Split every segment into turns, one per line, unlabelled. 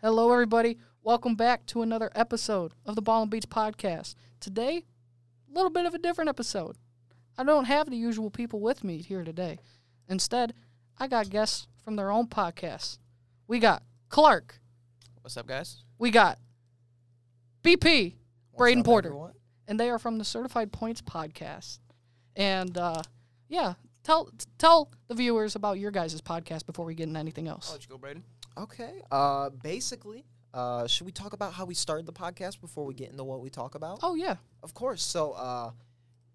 Hello, everybody. Welcome back to another episode of the Ball and Beach Podcast. Today, a little bit of a different episode. I don't have the usual people with me here today. Instead, I got guests from their own podcasts. We got Clark.
What's up, guys?
We got BP,
What's
Braden
up,
Porter.
everyone?
And they are from the Certified Points Podcast. And uh, yeah, tell t- tell the viewers about your guys' podcast before we get into anything
I'll
else.
let you go, Braden.
Okay. Uh, basically, uh, should we talk about how we started the podcast before we get into what we talk about?
Oh, yeah.
Of course. So, uh,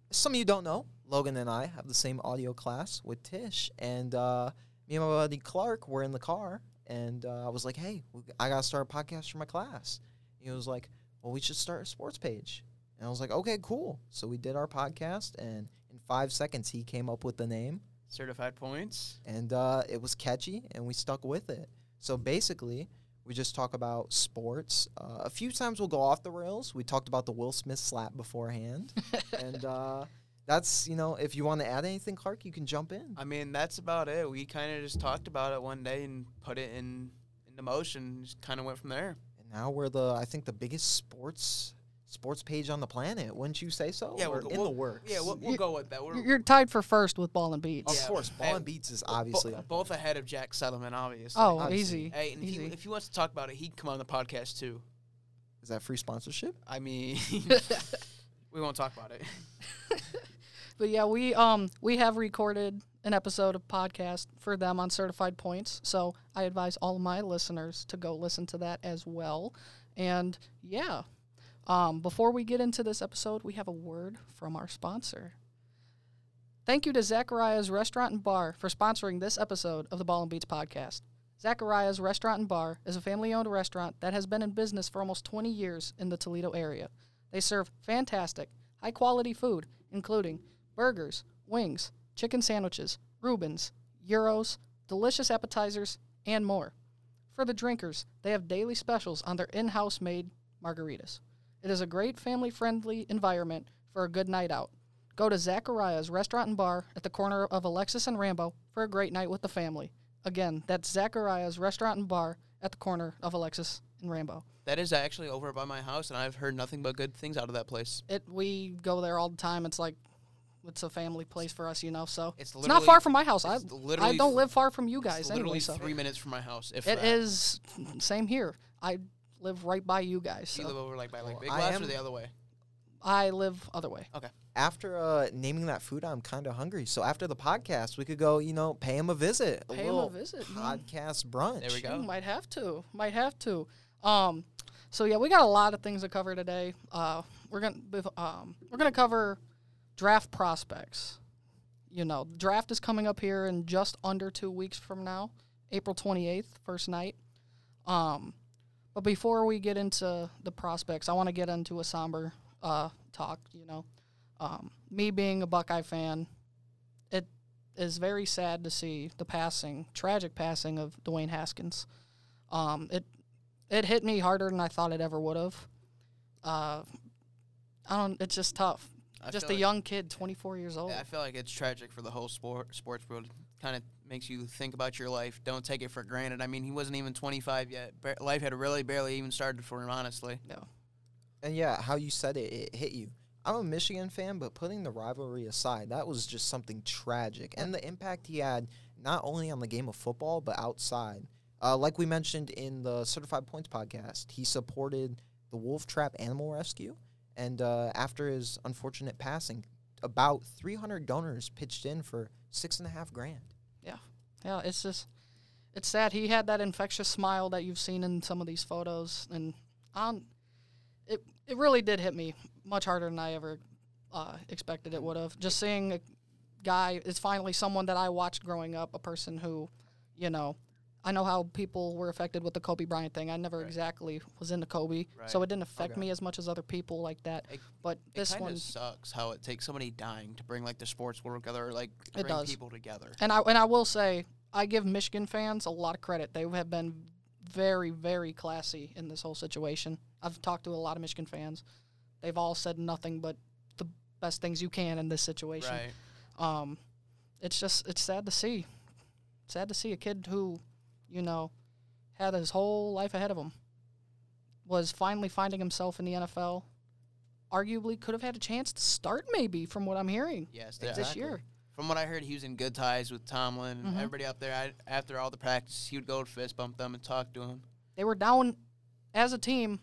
some of you don't know, Logan and I have the same audio class with Tish, and uh, me and my buddy Clark were in the car, and uh, I was like, "Hey, we, I gotta start a podcast for my class." He was like, "Well, we should start a sports page," and I was like, "Okay, cool." So we did our podcast, and in five seconds, he came up with the name
Certified points.
and uh, it was catchy, and we stuck with it. So basically, we just talk about sports. Uh, a few times we'll go off the rails. We talked about the Will Smith slap beforehand, and uh, that's you know, if you want to add anything, Clark, you can jump in.
I mean, that's about it. We kind of just talked about it one day and put it in into motion. Just kind of went from there.
And now we're the I think the biggest sports sports page on the planet. Wouldn't you say so?
Yeah,
Or
we'll-
in
we'll-
the works.
Yeah, we'll, we'll go with that. We're
You're you're tied for first with Ball and Beats.
of
Yeah.
course, Ball and
Hey,
Beats is
bo-
obviously. up
both ahead of Jack Settlement, obviously.
Oh,
Obviously.
easy.
Hey, and if he,
easy.
if he wants to talk about it, he'd come on the podcast too.
is that free sponsorship?
I mean, we won't talk about it.
but yeah, we um we have recorded an episode of podcast for them on certified points. So I advise all of my listeners to go listen to that as well. And yeah. Um, before we get into this episode, we have a word from our sponsor. Thank you to Zachariah's Restaurant and Bar for sponsoring this episode of the Ball and Beats podcast. Zachariah's Restaurant and Bar is a family owned restaurant that has been in business for almost 20 years in the Toledo area. They serve fantastic, high quality food, including burgers, wings, chicken sandwiches, Rubens, Euros, delicious appetizers, and more. For the drinkers, they have daily specials on their in house made margaritas. It is a great family friendly environment for a good night out. Go to Zachariah's Restaurant and Bar at the corner of Alexis and Rambo for a great night with the family. Again, that's Zachariah's Restaurant and Bar at the corner of Alexis and Rambo.
That is actually over by my house, and I've heard nothing but good things out of that place.
It we go there all the time. It's like it's a family place for us, you know. So
It's
it's not
literally-
far from my house. I
it's literally
I don't
th-
live far from you
It's
guys
literally
anyway. So
three minutes from my house. If
it
that.
is same here. I live right by you guys.
You
so
live over like by like
Well,
Big
I
Lots or
am-
the other way.
I live other way.
After uh, naming that food, I'm kind of hungry. So after the podcast, we could go, you know, pay him a visit.
Pay 'em a
little
visit, mm.
Podcast brunch.
There we go.
You Mm, might have to. Might have to. Um, so yeah, we got a lot of things to cover today. Uh, we're gonna bef- um, we're gonna cover draft prospects. You know, draft is coming up here in just under two weeks from now, April twenty eighth, first night. Um, but before we get into the prospects, I want to get into a somber uh, talk. You know, um, me being a Buckeye fan, it is very sad to see the passing, tragic passing of Dwayne Haskins. Um, it it hit me harder than I thought it ever would have. Uh, I don't. It's just tough.
I
just a
feel like-
young kid, 24 years old.
Yeah, I feel like it's tragic for the whole sport sports world. Kind of makes you think about your life. Don't take it for granted. I mean, he wasn't even 25 yet. Ba- life had really barely even started for him, honestly.
No.
And yeah, how you said it, it hit you. I'm a Michigan fan, but putting the rivalry aside, that was just something tragic. And the impact he had, not only on the game of football, but outside. Uh, like we mentioned in the Certified Points podcast, he supported the Wolf Trap Animal Rescue. And uh, after his unfortunate passing, about 300 donors pitched in for six and a half grand.
Yeah, it's just it's sad. He had that infectious smile that you've seen in some of these photos, and um, it it really did hit me much harder than I ever uh, expected it would have. Just seeing a guy is finally someone that I watched growing up, a person who, you know. I know how people were affected with the Kobe Bryant thing. I never
Right.
exactly was into Kobe, so
Right.
it didn't affect
Okay.
me as much as other people like that.
It-
But
It
this
kind
one,
of sucks how it takes somebody dying to bring like the sports world together, or, like bring
does.
people together.
And I and I will say I give Michigan fans a lot of credit. They have been very very classy in this whole situation. I've talked to a lot of Michigan fans. They've all said nothing but the best things you can in this situation.
Right.
Um, it's just it's sad to see. Sad to see a kid who, you know, had his whole life ahead of him. Was finally finding himself in the NFL. Arguably could have had a chance to start, maybe, from what I'm hearing
Yes,
It's
that-
this
Exactly.
year.
From what I heard, he was in good ties with Tomlin and
Mhm.
everybody up there. I, after all the practice, he would go to fist bump them and talk to him.
They were down as a team.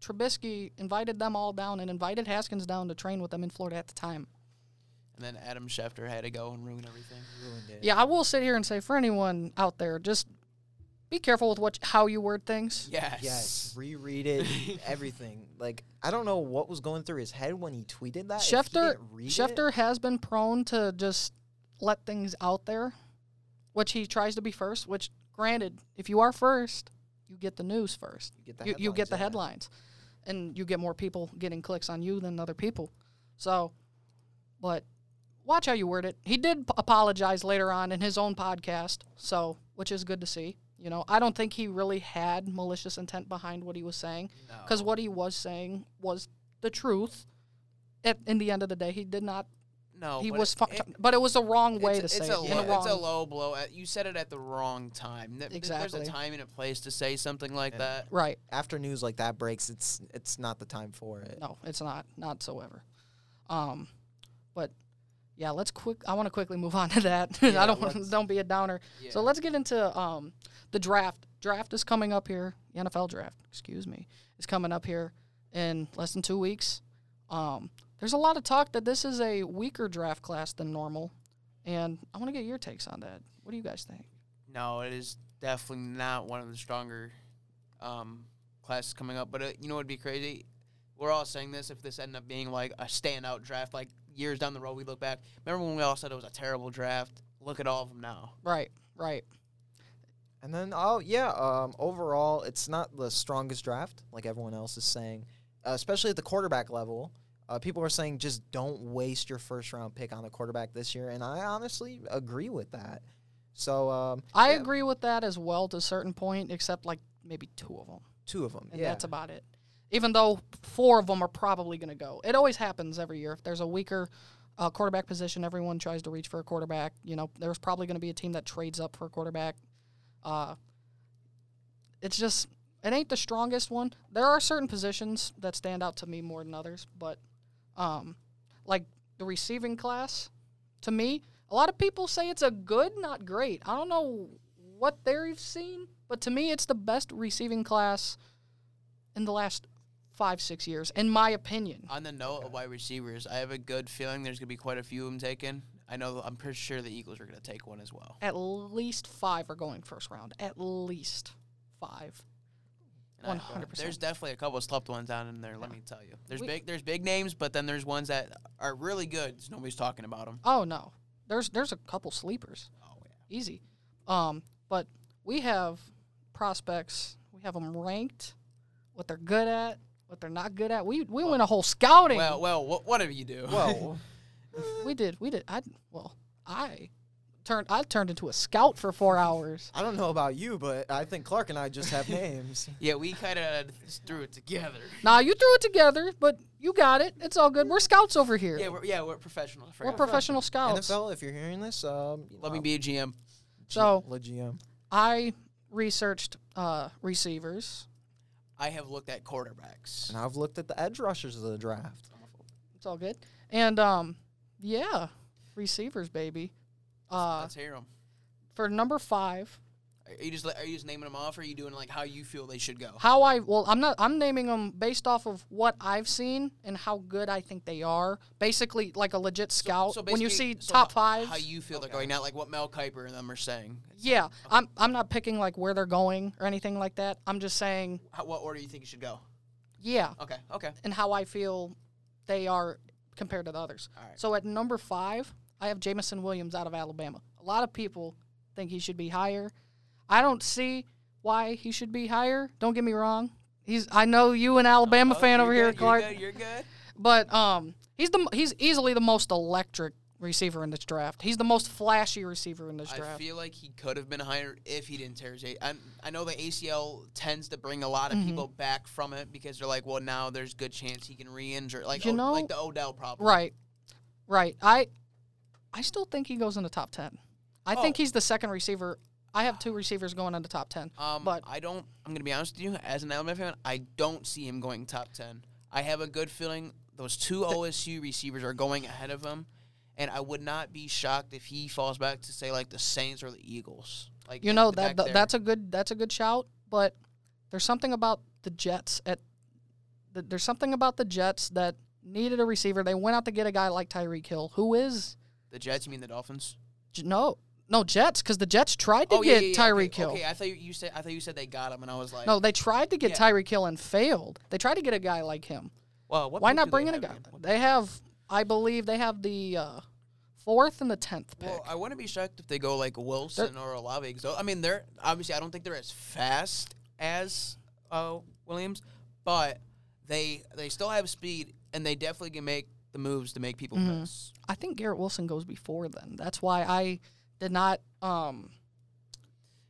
Trubisky invited them all down and invited Haskins down to train with them in Florida at the time.
And then Adam Schefter had to go and ruin everything.
Ruined it.
Yeah, I will sit here and say for anyone out there, just be careful with what how you word things.
Yes.
Yes, reread it, everything. Like I don't know what was going through his head when he tweeted that. If he
Schefter
didn't read it-
Schefter has been prone to just let things out there, which he tries to be first. Which, granted, if you are first, you get the news first.
you get the
you, you get the
yeah.
headlines, and you get more people getting clicks on you than other people. So, but watch how you word it. He did p- apologize later on in his own podcast, so which is good to see. You know, I don't think he really had malicious intent behind what he was saying because what he was saying was the truth. At in the end of the day, he did not.
No,
he
Oh, but
was,
it-
fu-
it-
but it was the wrong way
it's,
to
it's
say
a
it. in
low,
a wrong,
It's a low blow. At, you said it at the wrong time. Th- th-
Exactly.
There's a time and a place to say something like
Yeah.
that.
right.
After news like that breaks, it's it's not the time for it.
No, it's not. Not so ever. Um, but yeah, let's quick. I want to quickly move on to that. I
Yeah,
don't want
let's-
don't be a downer. So
Yeah.
let's get into um the draft. Draft is coming up here. The NFL draft, excuse me, is coming up here in less than two weeks. Um, there's a lot of talk that this is a weaker draft class than normal, and I want to get your takes on that. What do you guys think?
No, it is definitely not one of the stronger um, classes coming up. But uh, you know what would be crazy? We're all saying this if this ended up being like a standout draft, like years down the road, we look back. Remember when we all said it was a terrible draft? Look at all of them now.
Right, right.
And then oh yeah, um, overall it's not the strongest draft like everyone else is saying, uh, especially at the quarterback level. Uh, people are saying just don't waste your first round pick on a quarterback this year, and I honestly agree with that. So um,
I
yeah,
agree with that as well to a certain point, except like maybe two of them.
Two of them.
and
yeah.
that's about it. Even though four of them are probably going to go, it always happens every year. If there's a weaker uh, quarterback position, everyone tries to reach for a quarterback. You know, there's probably going to be a team that trades up for a quarterback. Uh, it's just it ain't the strongest one. There are certain positions that stand out to me more than others, but um, like the receiving class, to me, a lot of people say it's a good, not great. I don't know what they've seen, but to me, it's the best receiving class in the last five, six years, in my opinion.
On the note of wide receivers, I have a good feeling there's going to be quite a few of them taken. I know, I'm pretty sure the Eagles are going to take one as well.
At least five are going first round. At least five.
And I-
100%.
There's definitely a couple of slept ones down in there. Let me tell you, there's
We-
big there's big names, but then there's ones that are really good. just nobody's talking about them.
Oh no, there's there's a couple sleepers,
Oh yeah.
easy. Um, but we have prospects. We have them ranked, what they're good at, what they're not good at. We we went a whole scouting.
Well, well, what whatever you do.
Well,
we did. We did. I well, I turned I turned into a scout for four hours.
I don't know about you, but I think Clark and I just have names.
yeah, we kind of threw it together.
Now you threw it together, but you got it. It's all good. We're scouts over here.
Yeah, we're, yeah, we're professionals.
we're professional scouts.
NFL, if you're hearing this, um, you
Let
know,
me be a GM.
So-
Le GM.
I researched uh, receivers.
I have looked at quarterbacks.
And I've looked at the edge rushers of the draft.
It's all good. And um, yeah, receivers, baby. Uh,
Let's hear them.
for number five,
Are you just li- are you just naming them off, or are you doing like how you feel they should go?
how I well, I'm not. I'm naming them based off of what I've seen and how good I think they are. Basically, like a legit scout. when you see
basically- so
top
ho-
five,
how you feel they're going, not like what Mel Kiper and them are saying.
yeah, I'm. I'm not picking like where they're going or anything like that. I'm just saying,
How, what order you think you should go?
yeah,
Okay, okay.
and how I feel they are compared to the others.
All right.
So at number five, I have Jamison Williams out of Alabama. A lot of people think he should be higher. I don't see why he should be higher. Don't get me wrong. He's I know you an Alabama
Oh,
fan
you're
over here,
good,
Clark,
You're good. You're good.
but um, he's the he's easily the most electric receiver in this draft. He's the most flashy receiver in this
I
draft.
feel like he could have been higher if he didn't tear his A- I, I know the ACL tends to bring a lot of people
Mm-hmm.
back from it because they're like, well, now there's good chance he can re-injure, like
You
O-
know-
like the Odell problem.
Right,
Oh.
right. I I still think he goes in the top ten. I think he's the second receiver I have two receivers going on the top ten.
Um,
But-
I don't. I'm gonna be honest with you. As an Alabama fan, I don't see him going top ten. I have a good feeling those two OSU receivers are going ahead of him, and I would not be shocked if he falls back to say like the Saints or the Eagles. Like
You know
back
that th-
there.
that's a good that's a good shout, but there's something about the Jets at th- there's something about the Jets that needed a receiver. They went out to get a guy like Tyreek Hill, who is
the Jets. You mean the Dolphins?
j- no no Jets because the Jets tried to
oh yeah,
get
yeah, yeah,
Tyreek
okay,
Hill.
Okay, I thought you, you said I thought you said they got him, and I was like,
No, they tried to get
Yeah.
Tyreek Hill and failed. They tried to get a guy like him.
well, what
Why
pick
not
do they
bring in a
have
guy?
again? What-
They have, I believe, they have the uh, fourth and the tenth pick.
Well, I wouldn't be shocked if they go like Wilson or Olave. 'cause tho- I mean, they're obviously I don't think they're as fast as uh, Williams, but they they still have speed and they definitely can make the moves to make people
Mm-hmm.
miss.
I think Garrett Wilson goes before then. That's why I did not. Um,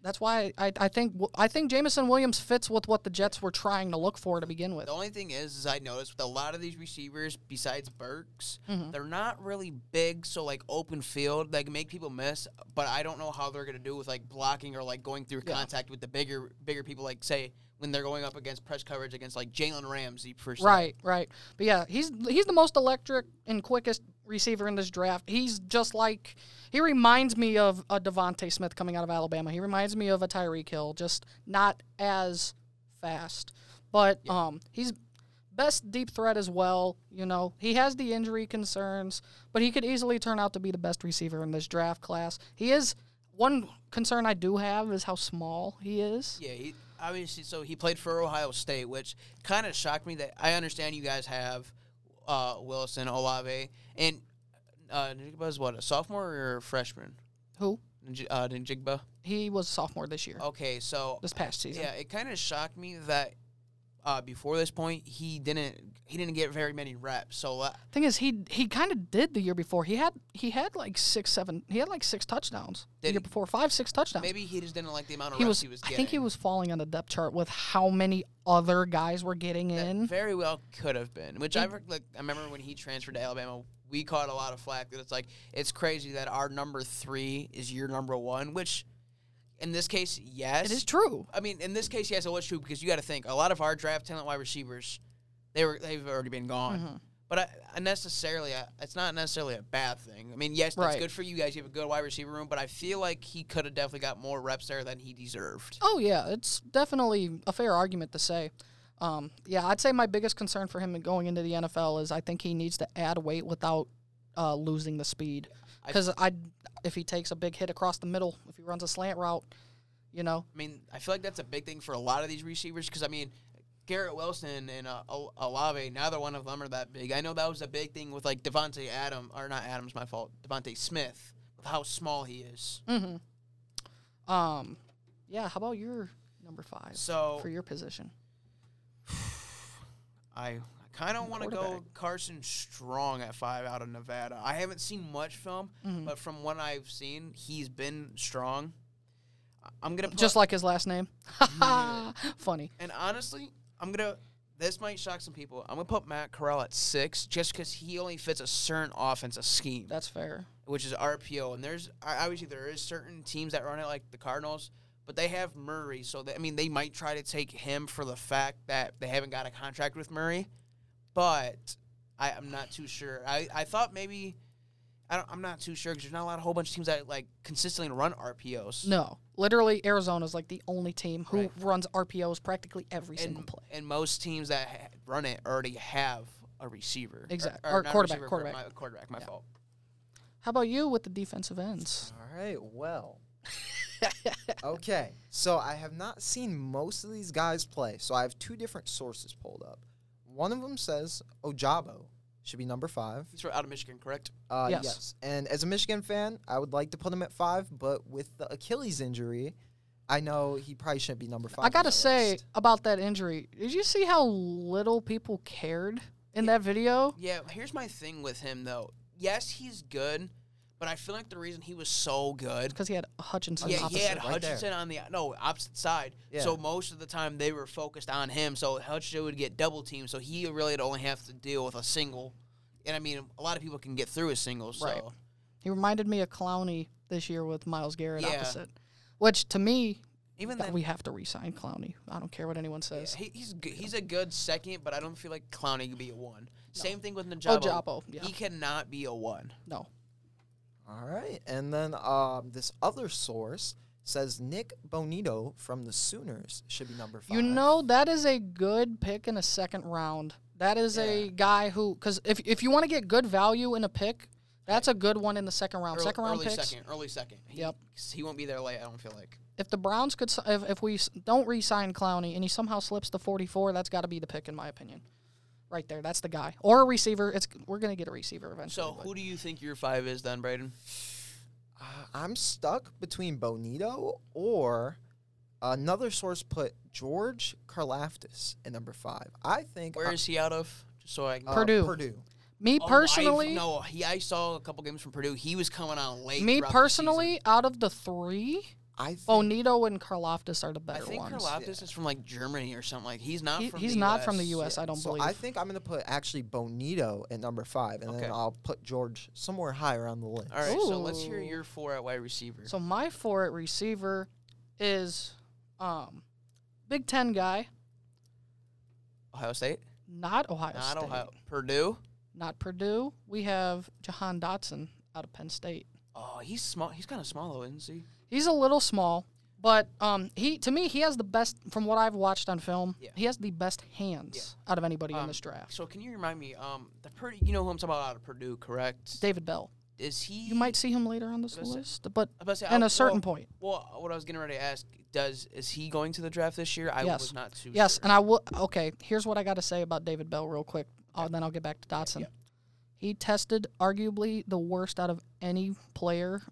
that's why I, I think I think Jamison Williams fits with what the Jets were trying to look for to begin with.
The only thing is, is I noticed with a lot of these receivers, besides Burks,
Mm-hmm.
they're not really big, so like open field, they can make people miss. But I don't know how they're gonna do with like blocking or like going through
Yeah.
contact with the bigger bigger people, like say when they're going up against press coverage against like Jalen Ramsey for example.
Right, right. But yeah, he's he's the most electric and quickest receiver in this draft. He's just like he reminds me of a Devonte Smith coming out of Alabama. He reminds me of a Tyreek Hill, just not as fast. But um he's best deep threat as well, you know. He has the injury concerns, but he could easily turn out to be the best receiver in this draft class. He is one concern I do have is how small he is.
Yeah, he obviously. So he played for Ohio State, which kind of shocked me. That I understand you guys have uh, Wilson, Olave, and uh, Njigba's what a sophomore or a freshman.
Who?
Nj- Uh, Njigba.
He was a sophomore this year.
Okay, so
This past season.
yeah, it kind of shocked me that uh, before this point he didn't he didn't get very many reps. So uh,
Thing is, he he kind of did the year before. He had he had like six, seven. He had like six touchdowns the
Did
year
he?
before, five, six touchdowns.
maybe he just didn't like the amount of
he
reps
was.
he was
I
getting.
think he was falling on the depth chart with how many other guys were getting
That
in.
very well could have been. Which I re- like. I remember when he transferred to Alabama, we caught a lot of flack that it's like it's crazy that our number three is your number one. Which, in this case, yes,
It is true.
I mean, in this case, yes, it was true because you got to think a lot of our draft talent wide receivers, they were they've already been gone. But I, I necessarily, I, it's not necessarily a bad thing. I mean, yes, that's
Right.
good for you guys. You have a good wide receiver room, but I feel like he could have definitely got more reps there than he deserved.
Oh yeah, it's definitely a fair argument to say. Um, yeah, I'd say my biggest concern for him in going into the NFL is I think he needs to add weight without uh, losing the speed. Because I, if he takes a big hit across the middle, if he runs a slant route, you know,
I mean, I feel like that's a big thing for a lot of these receivers because I mean, Garrett Wilson and uh, Ol- Olave, neither one of them are that big. I know that was a big thing with like Devonte Adam or not Adams, my fault, Devonte Smith, with how small he is.
Um, yeah. How about your number five
So
for your position?
I, I kind of want to go
quarterback.
Carson Strong at five out of Nevada. I haven't seen much film,
Mm-hmm.
but from what I've seen, he's been strong. I- I'm gonna put,
Just like his last name. Funny.
And honestly, I'm gonna. This might shock some people. I'm gonna put Matt Corral at six, just because he only fits a certain offense, a scheme,
That's fair.
which is RPO. And there's I- obviously there is certain teams that run it, like the Cardinals, but they have Murray, so they, I mean they might try to take him for the fact that they haven't got a contract with Murray. But I, I'm not too sure. I, I thought maybe I don't, I'm not too sure because there's not a lot a whole bunch of teams that like consistently run RPOs.
No, literally, Arizona's like the only team who
Right.
runs RPOs practically every single
and,
play.
and most teams that ha- run it already have a receiver.
Exact-
Or,
or
not
quarterback,
receiver,
quarterback.
My, quarterback, my fault.
How about you with the defensive ends?
All right, well. okay, so I have not seen most of these guys play, so I have two different sources pulled up. One of them says Ojabo should be number five.
He's from out of Michigan, correct?
Uh,
Yes.
yes. And as a Michigan fan, I would like to put him at five, but with the Achilles injury, I know he probably shouldn't be number five.
I
on
gotta
that
say
list.
about that injury. Did you see how little people cared in that video?
Yeah, here's my thing with him though. Yes, he's good, but I feel like the reason he was so good
Because he had Hutchinson.
Yeah, he
opposite.
had
right there.
Hutchinson on the no opposite side.
Yeah.
So most of the time they were focused on him. So Hutchinson would get double teamed. So he really would only have to deal with a single. And I mean, a lot of people can get through a single. So
Right. He reminded me of Clowney this year with Miles Garrett
Yeah.
opposite. Which to me,
Even
that
then,
we have to re-sign Clowney. I don't care what anyone
yeah,
says.
he, he's g- he's a good second, but I don't feel like Clowney could be a one. Same thing with
Oh,
Najabo.
Jabo. Yeah.
He cannot be a one.
no.
All right. And then um, this other source says Nick Bonito from the Sooners should be number five.
You know that is a good pick in a second round. That is a
Yeah.
guy who because if if you want to get good value in a pick, that's a good one in the second round.
Earl-
Oh, second round
early
picks.
second, early second. He,
Yep.
He won't be there late. I don't feel like.
If the Browns could, s- if, if we s- don't re-sign Clowney and he somehow slips to 44, that's got to be the pick in my opinion. Right there, that's the guy or a receiver. It's we're gonna get a receiver eventually.
So
but-
who do you think your five is then, Braden?
Uh, I'm stuck between Bonito or another source put George Karlaftis at number five. I think
Where is he out of? Just so I can.
uh,
Purdue.
Purdue.
me
Oh, I-
personally,
no. He, I saw a couple games from Purdue. He was coming on late.
me
throughout the
personally, out of the three,
I think
Bonito and Karloftis are the
season.
better
I think
ones.
Karlaftis is from like Germany or something. Like he's not.
He-
from
he's
the
not
US.
from the U.S. I don't
so
believe.
I think I'm gonna put actually Bonito at number five, and
Okay.
then I'll put George somewhere higher on the list.
All right. So let's hear
Ooh.
your four at wide receiver.
So my four at receiver is um Big Ten guy,
Ohio State.
not Ohio
Not
State,
Ohio. Purdue.
not Purdue. We have Jahan Dotson out of Penn State.
Oh, he's small. He's kind of small though, isn't he?
He's a little small, but um he to me he has the best from what I've watched on film.
Yeah.
He has the best hands out of anybody in
Um,
this draft.
So can you remind me? Um, the Purdue. You know who I'm talking about out of Purdue, correct?
David Bell.
Is he?
You might see him later on this
Was it-
list, but
I was about to say,
in
I-
a certain
well,
point,
Well, what I was getting ready to ask does is he going to the draft this year? I
Yes.
was not too
Yes,
sure.
and I will. Okay, here's what I got to say about David Bell, real quick. Uh, then I'll get back to Dotson. He tested arguably the worst out of any player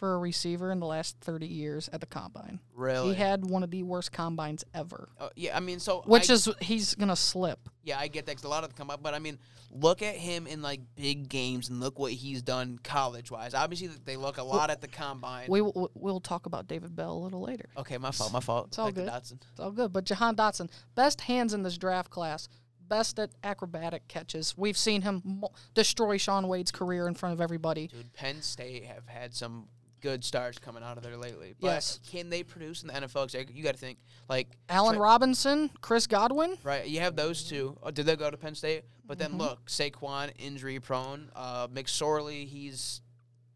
for a receiver in the last 30 years at the combine.
really.
He had one of the worst combines ever,
Oh, yeah, I mean, so
which
I,
is he's gonna slip.
yeah, I get that 'cause a lot of them come up, but I mean, look at him in like big games and look what he's done college wise. Obviously, th- they look a lot at the combine.
We will, we'll talk about David Bell a little later.
okay, my fault, my fault.
It's all
Back to
good.
Dotson.
It's all good, but Jahan Dotson, best hands in this draft class. Best at acrobatic catches. We've seen him mo- destroy Sean Wade's career in front of everybody.
Dude, Penn State have had some good stars coming out of there lately. But
Yes.
can they produce in the NFL? 'Cause, like, You got to think like
Allen
Tra-
Robinson, Chris Godwin,
Right, you have those two. Oh, did they go to Penn State? But
Mm-hmm.
then look, Saquon injury prone. Uh, McSorley, he's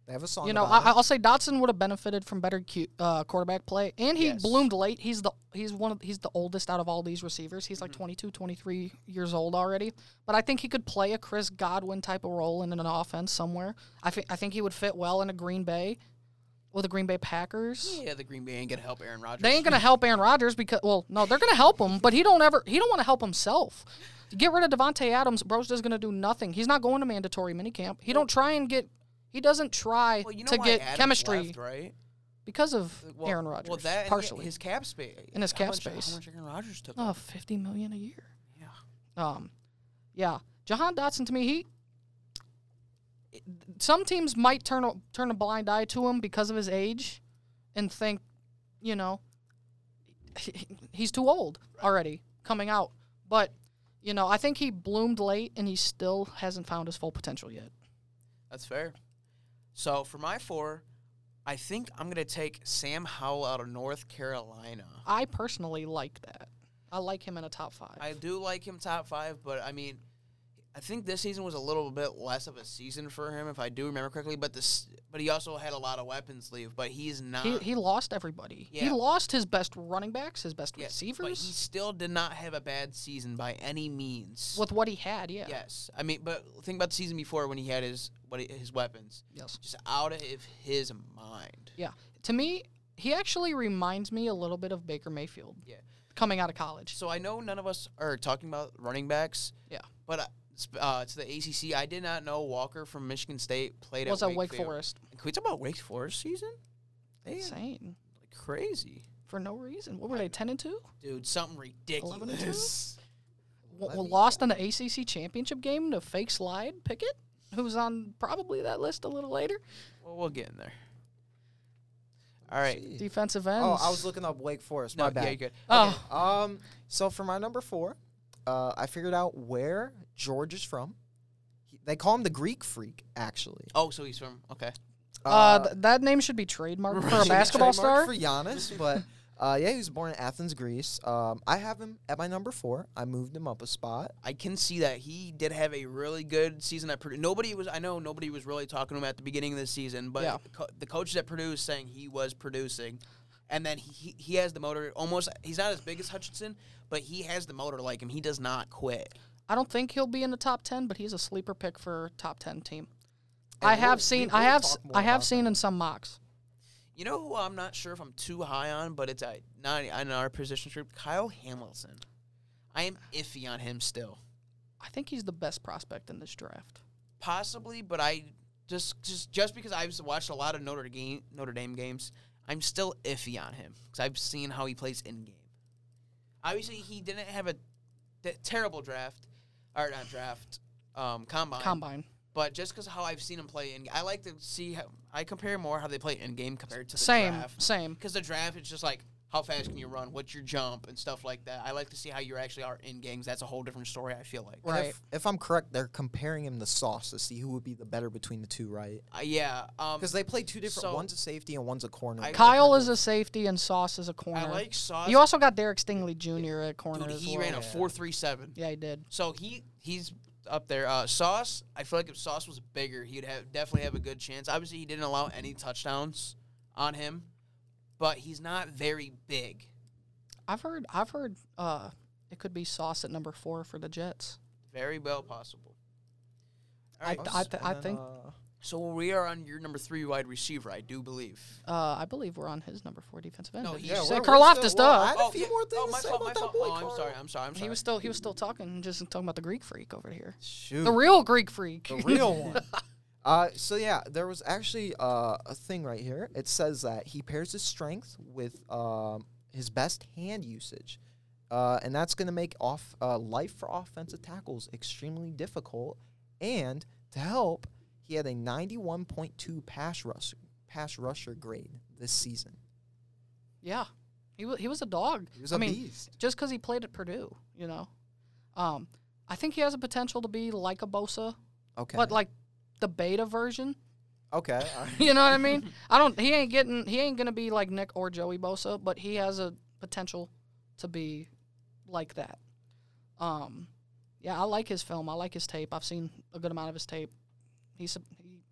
They have a song.
You know,
about
I,
it.
I'll say Dotson would have benefited from better cu- uh, quarterback play, and he
Yes.
bloomed late. He's the he's one of he's the oldest out of all these receivers. He's like twenty two, twenty three 22, 23 years old already. But I think he could play a Chris Godwin type of role in an offense somewhere. I think I think he would fit well in a Green Bay with the Green Bay Packers.
yeah. The Green Bay ain't gonna help Aaron Rodgers.
They ain't gonna help Aaron Rodgers because well, no, they're gonna help him, but he don't ever he don't want to help himself. Get rid of Devonte Adams, bro's just gonna do nothing. He's not going to mandatory minicamp. He don't try and get. He doesn't try
Well, you know
to
why
get
Adams
chemistry
left, right?
because of
Well,
Aaron Rodgers.
Well, that and
partially.
his cap space.
And his
How
cap
much-
space.
How much Aaron Rodgers took?
oh,
up?
50 million a year.
Yeah.
Um, yeah. Jahan Dotson to me, he. Some teams might turn a, turn a blind eye to him because of his age, and think, you know, he's too old already coming out. But you know, I think he bloomed late, and he still hasn't found his full potential yet.
That's fair. So for my four, I think I'm gonna take Sam Howell out of North Carolina.
I personally like that. I like him in a top five.
I do like him top five, but I mean, I think this season was a little bit less of a season for him, if I do remember correctly. But this, but he also had a lot of weapons leave. But he's not.
he, he lost everybody. He
uh, Yeah.
lost his best running backs, his best
yes, but he
receivers.
still did not have a bad season by any means.
with what he had, yeah.
yes, I mean, but think about the season before when he had his what he- his weapons
Yes.
just out of his mind.
Yeah. To me, he actually reminds me a little bit of Baker Mayfield
Yeah.
coming out of college.
So I know none of us are talking about running backs.
Yeah.
But uh, sp- uh, to the ACC, I did not know Walker from Michigan State played
Was at
at
Wake
Wakefield.
Forest.
Can we talk about Wake Forest season? They had,
Insane.
like crazy,
For no reason. What were they, 10 and 2?
dude. Something
and two?
ridiculous.
W- w- lost in the ACC championship game to fake slide Pickett, who's on probably that list a little later.
well, we'll get in there. All right.
Jeez.
Defensive ends.
Oh, I was looking up Wake Forest.
No,
My
yeah,
bad.
you're good.
Oh,
Okay,
Um, so for my number four, uh, I figured out where George is from. He, they call him the Greek Freak, actually.
Oh, so he's from okay.
Uh, th- that name should be trademarked for a
should be
basketball
Uh, trademarked
star.
for Giannis, but uh, yeah, he was born in Athens, Greece. Um, I have him at my number four. I moved him up a spot.
I can see that he did have a really good season at Purdue. Nobody was, I know nobody was really talking to him at the beginning of the season, but
Yeah.
the, co- the coaches at Purdue is saying he was producing, and then he he has the motor. Almost, he's not as big as Hutchinson, but he has the motor like him. He does not quit.
I don't think he'll be in the top ten, but he's a sleeper pick for top ten team. I have seen, I have, s- I have seen in some mocks.
You know who I'm not sure if I'm too high on, but it's uh, not in our position group. Kyle Hamilton. I am iffy on him still,
I think he's the best prospect in this draft.
possibly, but I just just just because I've watched a lot of Notre Dame Notre Dame games, I'm still iffy on him because I've seen how he plays in game. Obviously, he didn't have a t- terrible draft, or not draft, um, combine.
Combine.
but just because how I've seen him play in, I like to see how I compare more how they play in game compared to the
Same,
draft.
same.
because the draft is just like how fast can you run, what's your jump, and stuff like that. I like to see how you actually are in games. That's a whole different story. I feel like,
Right.
If, if I'm correct, they're comparing him to Sauce to see who would be the better between the two, right?
Uh, yeah, um,
Because they play two different.
So-
one's a safety and one's a corner.
I-
Kyle is a safety and Sauce is a corner.
I like Sauce.
you also got Derek Stingley Jr. at corner
dude,
as
he
well.
ran a four three seven.
yeah, he did.
So he he's up there. Uh, Sauce, I feel like if Sauce was bigger, he'd have definitely have a good chance. Obviously, he didn't allow any touchdowns on him, but he's not very big.
I've heard, I've heard, uh, it could be Sauce at number four for the Jets.
Very well possible. All
I-
right.
th- I th- I
And then,
think-
uh,
so we are on your number three wide receiver, I do believe.
Uh, I believe we're on his number four defensive end.
No,
isn't
he-
it?
Yeah,
You said
we're- we're
Karlaftis,
still- well,
duh.
I had a
Oh,
few
yeah.
more things
oh,
to
my
say
fault,
about
my
that
fault.
boy,
oh, I'm
Carl.
sorry. I'm sorry. I'm sorry.
He was still, he was still talking, just talking about the Greek freak over here,
Shoot.
the real Greek freak.
The real one. Uh, so yeah, there was actually uh, a thing right here. It says that he pairs his strength with um, his best hand usage, uh, and that's going to make off uh, life for offensive tackles extremely difficult. And to help, he had a 91.2 pass rush pass rusher grade this season.
yeah, he was, he was a dog.
He was
I
a
mean,
beast.
just because he played at Purdue, you know. Um, I think he has a potential to be like a Bosa,
Okay.
but like the beta version.
okay. all right.
You know what I mean? I don't. He ain't getting. He ain't gonna be like Nick or Joey Bosa, but he has a potential to be like that. Um, yeah, I like his film. I like his tape. I've seen a good amount of his tape. He sup- he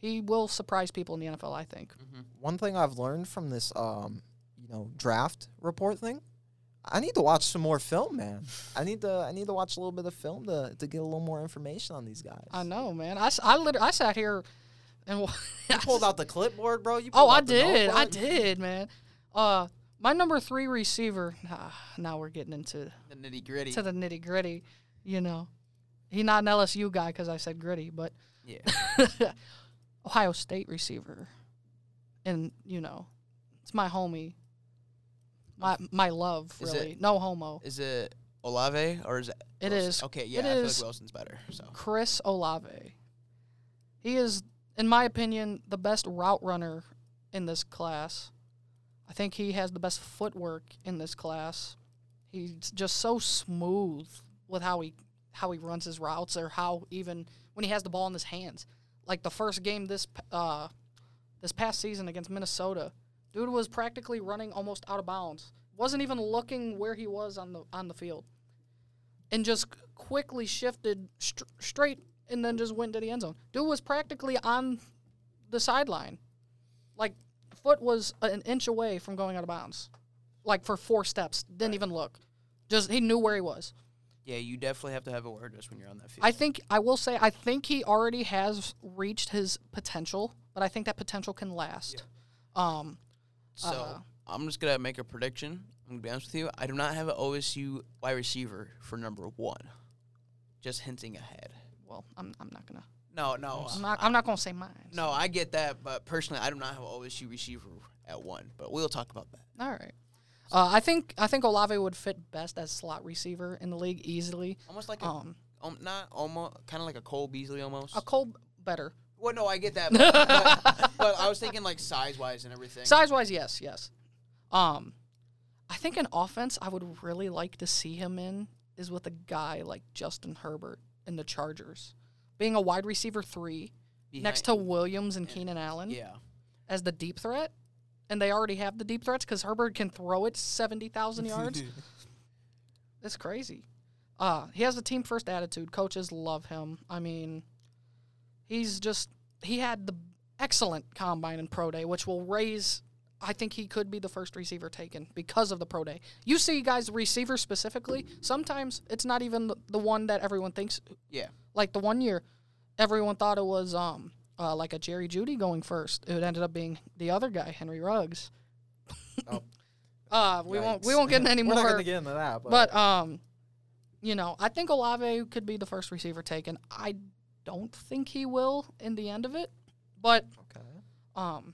he will surprise people in the NFL. I think.
one thing I've learned from this, um, you know, draft report thing, I need to watch some more film, man. I need to I need to watch a little bit of film to, to get a little more information on these guys.
I know, man. I s- I, liter- I sat here and wa-
You pulled out the clipboard, bro. You
Oh,
pulled
I
out the
did. I
notebook.
did, man. Uh, my number three receiver. ah, now we're getting into
the nitty gritty.
to the nitty gritty. You know, he not an LSU guy because I said gritty, but
Yeah.
Ohio State receiver, and you know, it's my homie. My my love,
Is
really. No homo.
Is it Olave or is it?
It
Wilson?
is.
Okay.
It
Yeah. I feel
is.
like Wilson's better. So.
Chris Olave. He is, in my opinion, the best route runner in this class. I think he has the best footwork in this class. He's just so smooth with how he how he runs his routes or how even when he has the ball in his hands. Like the first game this p- uh, this past season against Minnesota, dude was practically running almost out of bounds. Wasn't even looking where he was on the on the field and just quickly shifted str straight and then just went to the end zone. Dude was practically on the sideline. Like, foot was an inch away from going out of bounds. Like, for four steps. Didn't even look. Just, he knew where he was.
Yeah, you definitely have to have awareness when you're on that field.
I think, I will say, I think he already has reached his potential, but I think that potential can last. Um,
so I'm just gonna make a prediction. I'm gonna be honest with you. I do not have an OSU wide receiver for number one. Just hinting ahead.
well, I'm, I'm not gonna,
No, no, uh,
I'm not, I'm not gonna say mine.
no. I get that, but personally, I do not have an OSU receiver at one. But we'll talk about that.
All right. Uh, I think, I think Olave would fit best as slot receiver in the league easily.
Almost like a,
Um,
um, not almost, kind of like a Cole Beasley almost.
A cold better.
well, no, I get that, but, but, but I was thinking like size wise and everything.
Size wise, yes, yes. Um, I think an offense I would really like to see him in is with a guy like Justin Herbert in the Chargers, being a wide receiver three, next to Williams and Keenan Allen
yeah,
as the deep threat. And they already have the deep threats because Herbert can throw it 70,000 yards. It's crazy. Uh, he has a team first attitude. Coaches love him. I mean, he's just, he had the excellent combine and pro day, which will raise, I think he could be the first receiver taken because of the pro day. You see, guys, receivers specifically, sometimes it's not even the- the one that everyone thinks
yeah.
like the one year everyone thought it was um uh, like a Jerry Judy going first. It ended up being the other guy, Henry Ruggs.
Oh.
uh, we won't we
Yikes.
won't get into any
We're not
more.
gonna get into that, but,
but um, you know, I think Olave could be the first receiver taken. I don't think he will in the end of it, but
okay.
um,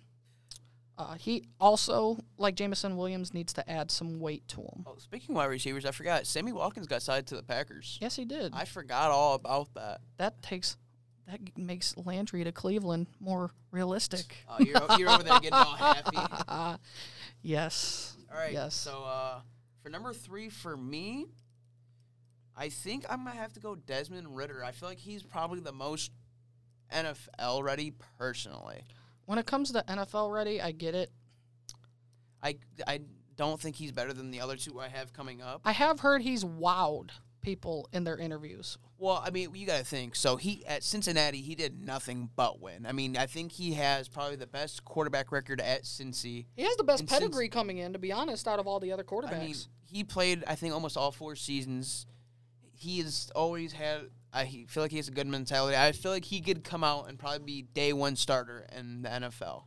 uh, he also like Jamison Williams needs to add some weight to him.
Oh, speaking of wide receivers, I forgot Sammy Watkins got signed to the Packers.
Yes, he did.
I forgot all about that.
that takes that g- makes Landry to Cleveland more realistic.
Uh, you're, o- you're over there getting all happy. All
yes.
right.
Yes.
So uh, for number three for me, I think I'm gonna have to go Desmond Ritter. I feel like he's probably the most NFL ready personally.
When it comes to NFL ready, I get it.
I I don't think he's better than the other two I have coming up.
I have heard he's wowed people in their interviews.
Well, I mean, you got to think. So he at Cincinnati, he did nothing but win. I mean, I think he has probably the best quarterback record at Cincy.
He has the best
And since-
pedigree coming in, to be honest, out of all the other quarterbacks.
I mean, he played I think almost all four seasons. He has always had. I he- feel like he has a good mentality. I feel like he could come out and probably be day one starter in the NFL.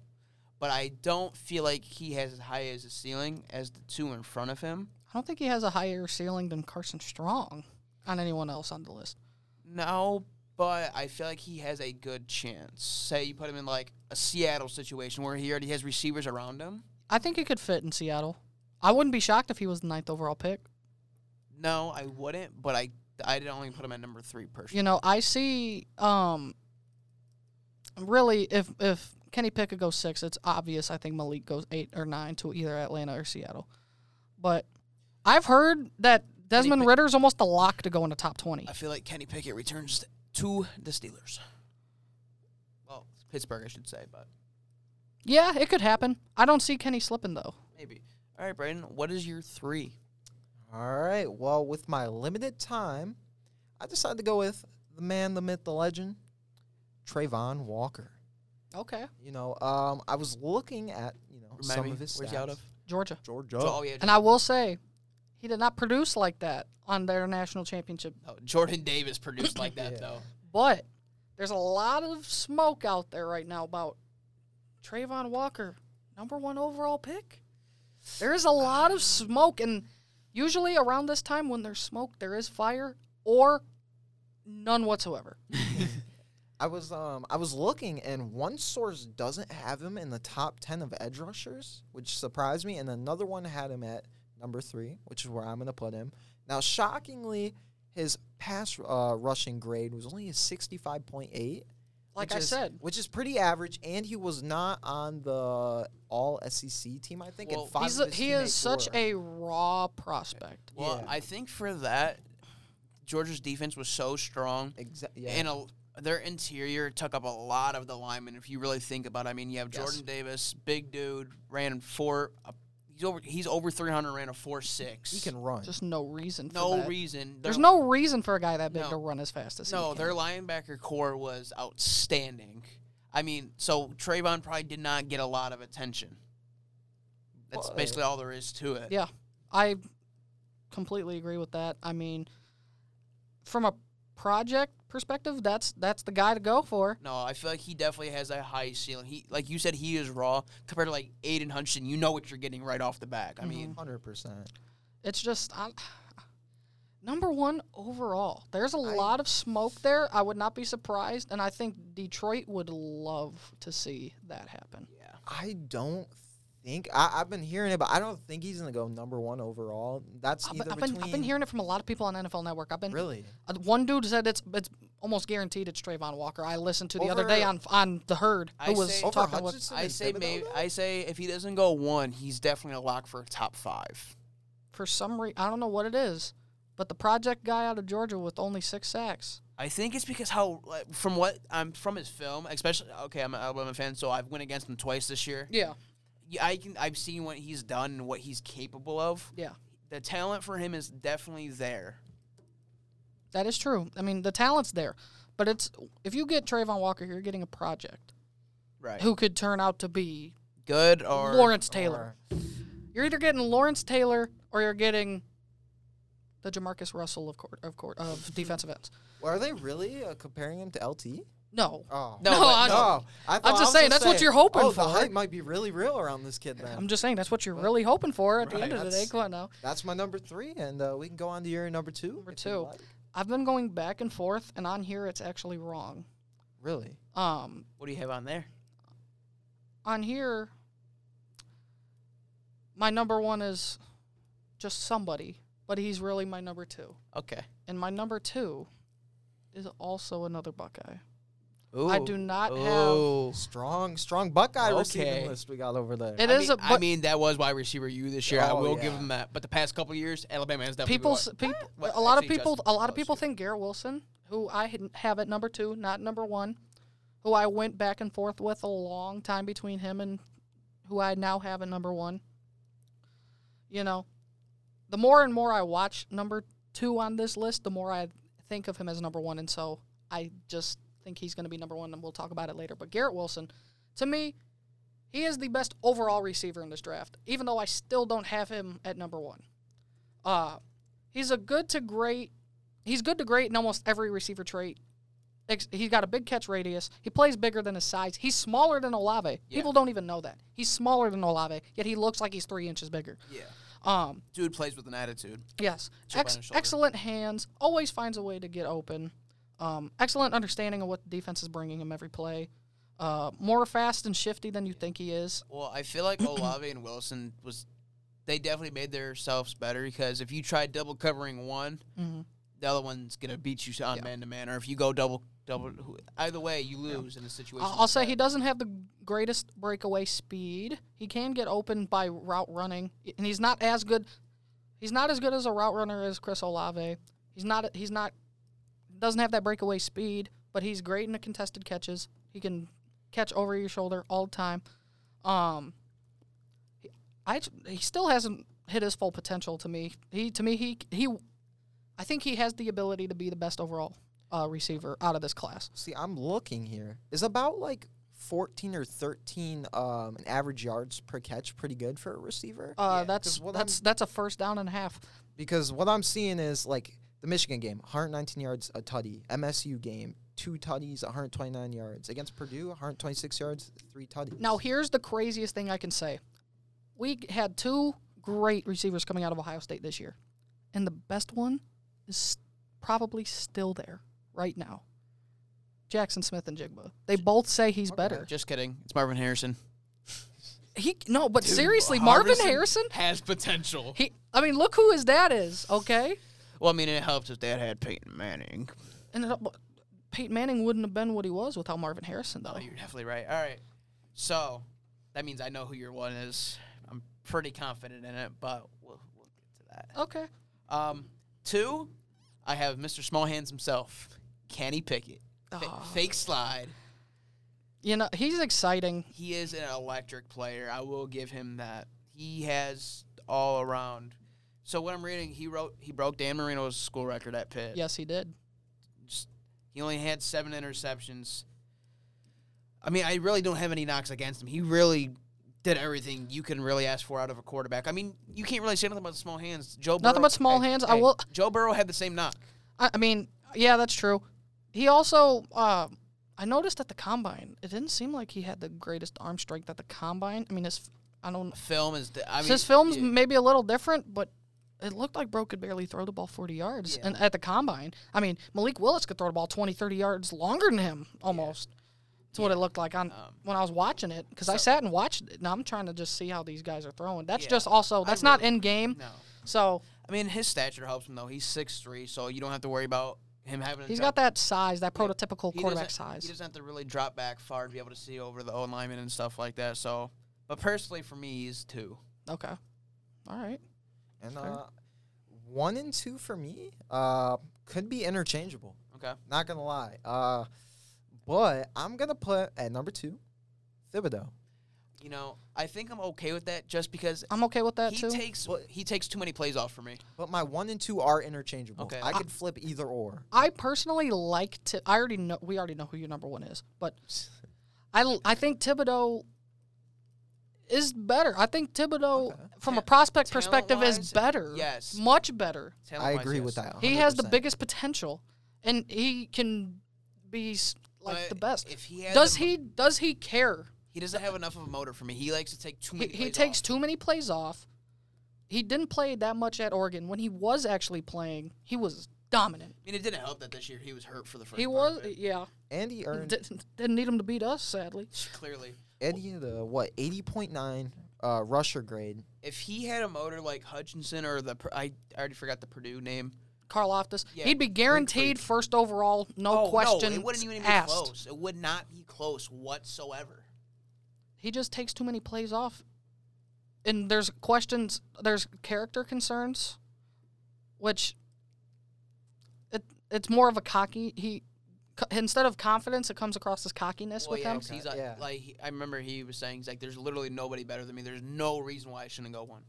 But I don't feel like he has as high as a ceiling as the two in front of him.
I don't think he has a higher ceiling than Carson Strong on anyone else on the list.
No, but I feel like he has a good chance. Say you put him in like a Seattle situation where he already has receivers around him.
I think he could fit in Seattle. I wouldn't be shocked if he was the ninth overall pick.
No, I wouldn't, but I I'd only put him at number three personally.
You know, I see. Um, really, if if Kenny Pickett goes six, it's obvious. I think Malik goes eight or nine to either Atlanta or Seattle. But I've heard that Desmond
Pick-
Ritter's almost a lock to go in the top twenty.
I feel like Kenny Pickett returns to the Steelers. Well, Pittsburgh, I should say, but
Yeah, it could happen. I don't see Kenny slipping though.
maybe. All right, Brayden, what is your three?
All right. Well, with my limited time, I decided to go with the man, the myth, the legend, Trayvon Walker.
Okay,
You know, um, I was looking at you know
Remind
some
me,
of his
where's he out
stats.
of?
Georgia.
Georgia.
Jo- oh yeah,
And I will say, he did not produce like that on their national championship.
no, Jordan Davis produced like that
Yeah.
though.
But there's a lot of smoke out there right now about Trayvon Walker, number one overall pick. There is a lot of smoke, and usually around this time, when there's smoke, there is fire or none whatsoever.
I was um I was looking and one source doesn't have him in the top ten of edge rushers, which surprised me, and another one had him at number three, which is where I'm gonna put him. Now, shockingly, his pass uh, rushing grade was only a 65.8.
Like
which
I
is-
said,
which is pretty average, and he was not on the All SEC team, I think.
Well,
and five
he's
of
a,
his
he is
teammates
such
were.
a raw prospect.
Well,
Yeah.
I think for that, Georgia's defense was so strong.
Exa- yeah.
And a, their interior took up a lot of the linemen. If you really think about, it. I mean, you have
Yes.
Jordan Davis, big dude, ran four. Uh, he's over. He's over three hundred. Ran a four six.
he can run.
Just no reason for
No
that.
reason.
There's
Their-
no reason for a guy that big
No.
to run as fast as
No,
he
their
can.
linebacker core was outstanding. I mean, so Trayvon probably did not get a lot of attention. That's
Well, uh,
basically all there is to it.
Yeah, I completely agree with that. I mean, from a project perspective, that's that's the guy to go for.
No, I feel like he definitely has a high ceiling. He, like you said, he is raw compared to like Aiden Hutchinson. You know what you're getting right off the back.
Mm-hmm.
I mean,
100%.
It's just I, number one overall. There's a
I-
lot of smoke there. I would not be surprised, and I think Detroit would love to see that happen.
yeah,
I don't think I, I've been hearing it, but I don't think he's gonna go number one overall. That's
I've
either
been, I've, been,
between.
I've been hearing it from a lot of people on NFL Network. I've been
Really,
uh, one dude said it's it's almost guaranteed it's Trayvon Walker. I listened to the other
Over-
day on on the herd
I
who was
say-
over
talking with
Hutchinson
I
and
say
Thibodeau,
maybe.
though?
I say if he doesn't go one, he's definitely a lock for a top five.
for some reason I don't know what it is, But the project guy out of Georgia with only six sacks.
I think it's because how like, from what I'm from his film, especially okay, I'm an Alabama fan, so I've went against him twice this year.
Yeah,
Yeah, I can I've seen what he's done and what he's capable of.
yeah,
The talent for him is definitely there.
that is true. I mean, the talent's there, but it's if you get Trayvon Walker, you're getting a project
Right.
who could turn out to be
Good or
Lawrence Taylor. You're either getting Lawrence Taylor or you're getting the Jamarcus Russell of court of court of defensive ends.
Well, are they really uh, comparing him to LT?
No,
Oh
No,
No,
but
I-
Oh, I thought-
I'm just
I was
saying, that's what you're hoping
oh, The
for.
hype might be really real around this kid. Then
I'm just saying that's what you're really hoping for at the
Right,
end of the day.
that's-
Come on now.
that's my number three, and uh, we can go on to your number two.
Number
if you
two.
like.
I've been going back and forth, and on here it's actually wrong.
Really?
Um,
What do you have on there?
on here, my number one is just somebody, but he's really my number two,
Okay.
and my number two is also another Buckeye.
Ooh.
I do not
Ooh.
Strong, strong Buckeye
Okay.
receiving list we got over there.
have. It
I
is
mean,
a
I
but
mean, that was wide receiver you this year. I
Oh,
will give
yeah.
him that. But the past couple of years, Alabama has definitely
people,
been wide-
people,
Well,
a lot of
actually,
people,
Justin
a lot of
Fields,
people
yeah.
think Garrett Wilson, who I had- have at number two, not number one, who I went back and forth with a long time between him and who I now have at number one. You know, the more and more I watch number two on this list, the more I think of him as number one, and so I just think he's going to be number one, and we'll talk about it later. But Garrett Wilson, to me. He is the best overall receiver in this draft, even though I still don't have him at number one. Uh, he's a good to great. He's good to great in almost every receiver trait. Ex- He's got a big catch radius. He plays bigger than his size. He's smaller than Olave.
Yeah.
People don't even know that. He's smaller than Olave, yet he looks like he's three inches bigger.
Yeah.
Um,
Dude plays with an attitude.
yes.
Chip on
Ex-
his shoulder.
excellent hands. Always finds a way to get open. Um, excellent understanding of what the defense is bringing him every play. Uh, more fast and shifty than you think he is.
Well, I feel like Olave and Wilson was they definitely made themselves better because if you try double covering one,
Mhm.
the other one's gonna beat you on
Yeah.
man to man, or if you go double double, who- either way you lose in a situation.
I'll, I'll say he doesn't have the greatest breakaway speed. He can get open by route running, and he's not as good. He's not as good as a route runner as Chris Olave. He's not. He's not. Doesn't have that breakaway speed, but he's great in the contested catches. He can catch over your shoulder all the time. Um, I he still hasn't hit his full potential to me. He to me he he, I think he has the ability to be the best overall uh, receiver out of this class.
See, I'm looking here. Is about like 14 or 13 um, an average yards per catch pretty good for a receiver?
Uh,
Yeah,
that's
'cause what
that's that's a first down and a half.
because what I'm seeing is like the Michigan game, 119 yards a tutty. MSU game, two tutties, 129 yards. Against Purdue, 126 yards, three tutties.
Now here's the craziest thing I can say: we g- had two great receivers coming out of Ohio State this year, and the best one is s- probably still there right now. Jackson Smith and Jigba. They both say he's
Okay.
better.
Just kidding. It's Marvin Harrison.
He no, but
Dude,
seriously, Marvin
Harvison
Harrison.
has potential.
He, I mean, look who his dad is. Okay,
Well, I mean, it helps if Dad had Peyton Manning.
and it, but Peyton Manning wouldn't have been what he was without Marvin Harrison, though.
Oh, you're definitely right. All right, so that means I know who your one is. I'm pretty confident in it, but we'll, we'll get to that.
Okay,
Um, two, I have Mr. Small Hands himself, Kenny Pickett. Fa-
Aw.
Fake slide.
you know he's exciting.
He is an electric player. I will give him that. He has all around. So what I'm reading, he wrote he broke Dan Marino's school record at Pitt.
Yes, he did.
Just- he only had seven interceptions. I mean, I really don't have any knocks against him. He really did everything you can really ask for out of a quarterback. I mean, you can't really say nothing about small hands. Joe
Nothing
Burrow-
but small hands. I will-
Joe Burrow had the same knock.
I, I mean, yeah, that's true. He also, uh, I noticed at the combine, it didn't seem like he had the greatest arm strength at the combine. I mean, his, I don't,
Film is. The, I mean,
his film's
yeah.
maybe a little different, but it looked like Bro could barely throw the ball 40 yards
Yeah.
and at the combine. I mean, Malik Willis could throw the ball 20, 30 yards longer than him almost. That's what it looked like on
Um,
when I was watching it because I
so-
sat and watched it. Now I'm trying to just see how these guys are throwing. That's
Yeah.
just also
I
that's not
really-
in game.
No.
So
I mean, his stature helps him though. He's six three, so you don't have to worry about him having.
he's got that size, that prototypical quarterback
He
size.
doesn't have to really drop back far to be able to see over the O lineman and stuff like that. So, but personally, for me, he's two.
Okay, all right.
And
Fair.
uh, One and two for me uh, could be interchangeable.
Okay.
Not gonna lie. Uh, but I'm gonna put at number two, Thibodeau.
You know, I think I'm okay with that just because
I'm okay with that
he
too.
takes he takes too many plays off for me.
But my one and two are interchangeable.
Okay.
I could flip either or.
I personally like to. I already know. We already know who your number one is, but I l- I think Thibodeau is better. I think Thibodeau,
Okay.
from a
Ta-
prospect perspective, is
talent-wise,
better.
yes.
much better.
I
Talent-wise,
agree
yes.
with that. 100%.
He has the biggest potential, and he can be s- like
But
the best.
If he has
does
a-
he? Does he care?
He doesn't have enough of a motor for me. He likes to take too
He,
many.
he
plays
takes
off.
too many plays off. He didn't play that much at Oregon. When he was actually playing, he was dominant.
I mean, it didn't help that this year he was hurt for the first.
He
part
was,
of it,
yeah.
Andy earned
Didn't, didn't need him to beat us, sadly.
clearly.
Eddie the what eighty point nine uh, rusher grade.
If he had a motor like Hutchinson or the Pur- I already forgot the Purdue name.
Karloftis,
Yeah,
he'd be guaranteed first overall, no
oh,
question
No, it wouldn't even
asked.
be close. It would not be close whatsoever.
He just takes too many plays off, and there's questions, there's character concerns, which it it's more of a cocky. He co- instead of confidence, it comes across as cockiness
Well,
with
Oh, yeah,
him.
'cause he's like,
Yeah.
like he- I remember he was saying he's like, "There's literally nobody better than me. There's no reason why I shouldn't go one."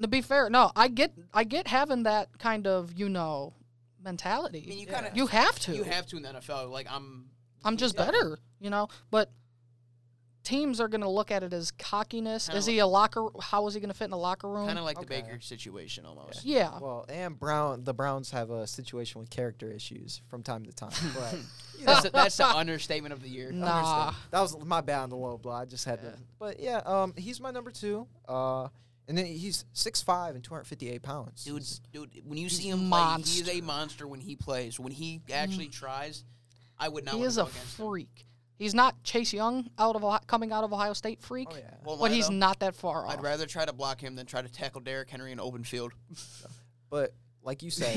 To be fair, no, I get I get having that kind of you know mentality.
I mean, you
Yeah.
kind of
you have to.
you have to in the NFL. Like I'm,
I'm just
Yeah.
better, you know. But teams are going to look at it as cockiness.
Kinda
is he a locker? How is he going to fit in the locker room?
kind of like
Okay.
the Baker situation almost.
yeah.
Well, and Brown the Browns have a situation with character issues from time to time. But you know,
That's, the, that's the understatement of the year.
Nah.
that was my bad on the low blow. I just had to. But yeah, um, he's my number two. Uh, and then he's 6'5 and 258 pounds.
dude, dude. When you
He's
see
a Mm.
him play, he's a monster when he plays. When he actually tries, I would not.
He
want
is
to
a
go against him.
freak. He's not Chase Young out of Ohio, coming out of Ohio State freak,
Oh, yeah.
Won't
but
lie,
he's
though.
not that far off.
I'd rather try to block him than try to tackle Derrick Henry in open field.
But like you said,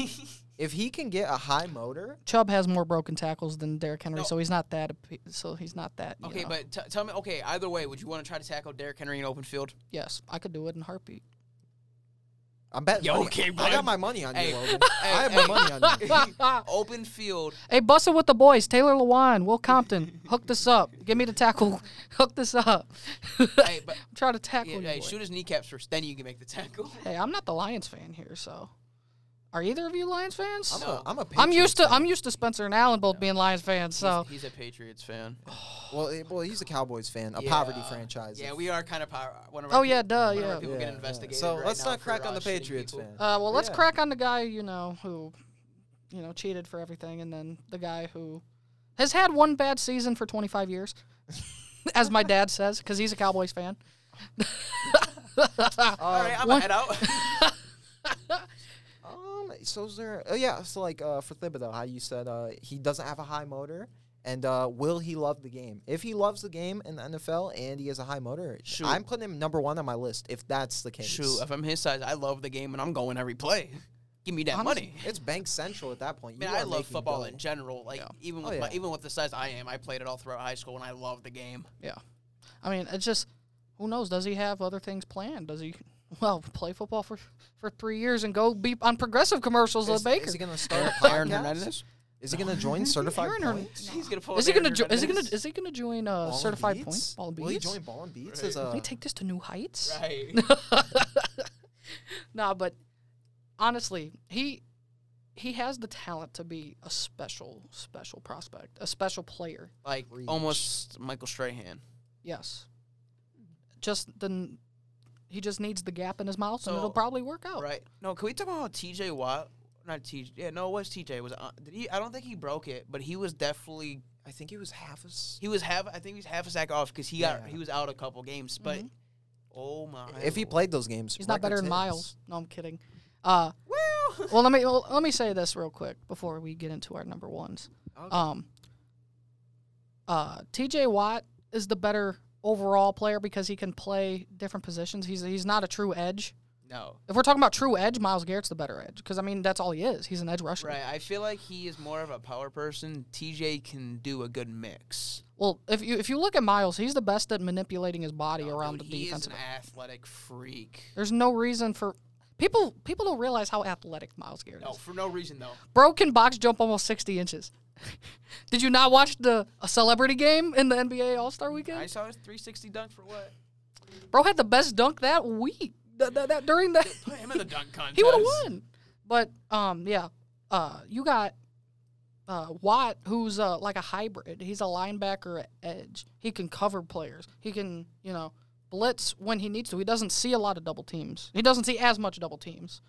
if he can get a high motor,
Chubb has more broken tackles than Derrick Henry,
No.
so he's not that. appe- So he's not that. you
Okay,
know.
but t- tell me. Okay, either way, would you want to try to tackle Derrick Henry in open field?
yes, I could do it in heartbeat.
I'm betting.
Yo,
money-
okay,
I
bud.
got my money on
Hey,
you, Logan.
hey,
I have
hey.
my money on you.
open field.
Hey, bustle with the boys. Taylor Lewan, Will Compton, hook this up. Give me the tackle. hook this up.
Hey, but
I'm trying to tackle
yeah,
you.
hey,
boy.
shoot his kneecaps first, then you can make the tackle.
Hey, I'm not the Lions fan here, so are either of you Lions fans?
I'm,
I'm,
a, I'm a
used
Patriots
to
fan.
I'm used to Spencer and Allen both being Lions fans, so
he's, he's a Patriots fan.
Well, eh, well, he's a Cowboys fan, a
Yeah.
poverty franchise.
Yeah, we are kind of power. One of our
oh
peop-
yeah, duh,
one of our
yeah.
people
Yeah,
get
yeah.
investigated.
So
right
let's
now
not
for,
crack
uh,
on the
shitting
Patriots
people.
fan.
Uh, well, let's
Yeah.
crack on the guy you know who, you know, cheated for everything, and then the guy who has had one bad season for 25 years, as my dad says, because he's a Cowboys fan.
All right, I'm
Uh,
What?
gonna head out.
Um. So is there? Oh yeah. So like uh, for Thibodeau, how you said uh, he doesn't have a high motor, and uh, will he love the game? If he loves the game in the NFL and he has a high motor,
Shoot.
I'm putting him number one on my list. If that's the case,
Shoot, if I'm his size, I love the game and I'm going every play. Give me that
Honestly,
money.
it's Bank Central at that point.
Man,
You
I
are
love
making
football
dough.
in general. Like
Yeah.
even
Oh,
with my,
yeah.
even with the size I am, I played it all throughout high school and I love the game.
Yeah, I mean, it's just who knows? Does he have other things planned? Does he? Well, play football for for three years and go be on progressive commercials
Is,
with Baker.
is he gonna start a
Aaron
podcast?
Hernandez?
Is he gonna join certified
Aaron Hernandez.
points?
He's gonna pull.
Is he
an
gonna?
Aaron
Jo- is he gonna?
Hernandez.
Is he gonna join uh,
Ball and
certified
Beats?
point? Ball and
Will he
beats.
join Ball and Beats as
Right.
Can
a
we take this to new heights?
Right.
Nah, but honestly, he he has the talent to be a special, special prospect, a special player.
like
Reach.
almost Michael Strahan.
Yes. Just then, he just needs the gap in his mouth,
So-
and it'll probably work out.
Right. Oh. No, can we talk about how TJ Watt? Not TJ. Yeah, no, it was TJ. It was uh, did he? I don't think he broke it, but he was definitely
I think he was half as.
he was half. I think he was half a sack off because he got
Yeah.
he was out a couple games. But
Mm-hmm.
oh my!
If he
lord.
played those games,
He's not better
records
than
his.
Miles. No, I'm kidding. Uh,
well,
well, let me well, let me say this real quick before we get into our number ones.
Okay.
Um, uh, T.J. Watt is the better overall player because he can play different positions. He's he's not a true edge.
no,
If we're talking about true edge, Miles Garrett's the better edge because I mean that's all he is. He's an edge rusher.
right. I feel like he is more of a power person. TJ can do a good mix.
Well, if you if you look at Miles, he's the best at manipulating his body around
Oh, Dude,
the
he is
defense.
an athletic freak.
There's no reason for People people don't realize how athletic Miles Garrett
No,
is.
for no reason though.
Bro can box jump almost 60 inches. Did you not watch the a celebrity game in the NBA All Star
I
weekend?
saw his 360 dunk for what?
Bro had the best dunk that week. That, that, that during that
Put him in the dunk contest.
he would have won. But um, yeah, uh, you got uh, Watt, who's uh, like a hybrid. He's a linebacker at edge. He can cover players. He can you know blitz when he needs to. He doesn't see a lot of double teams. He doesn't see as much double teams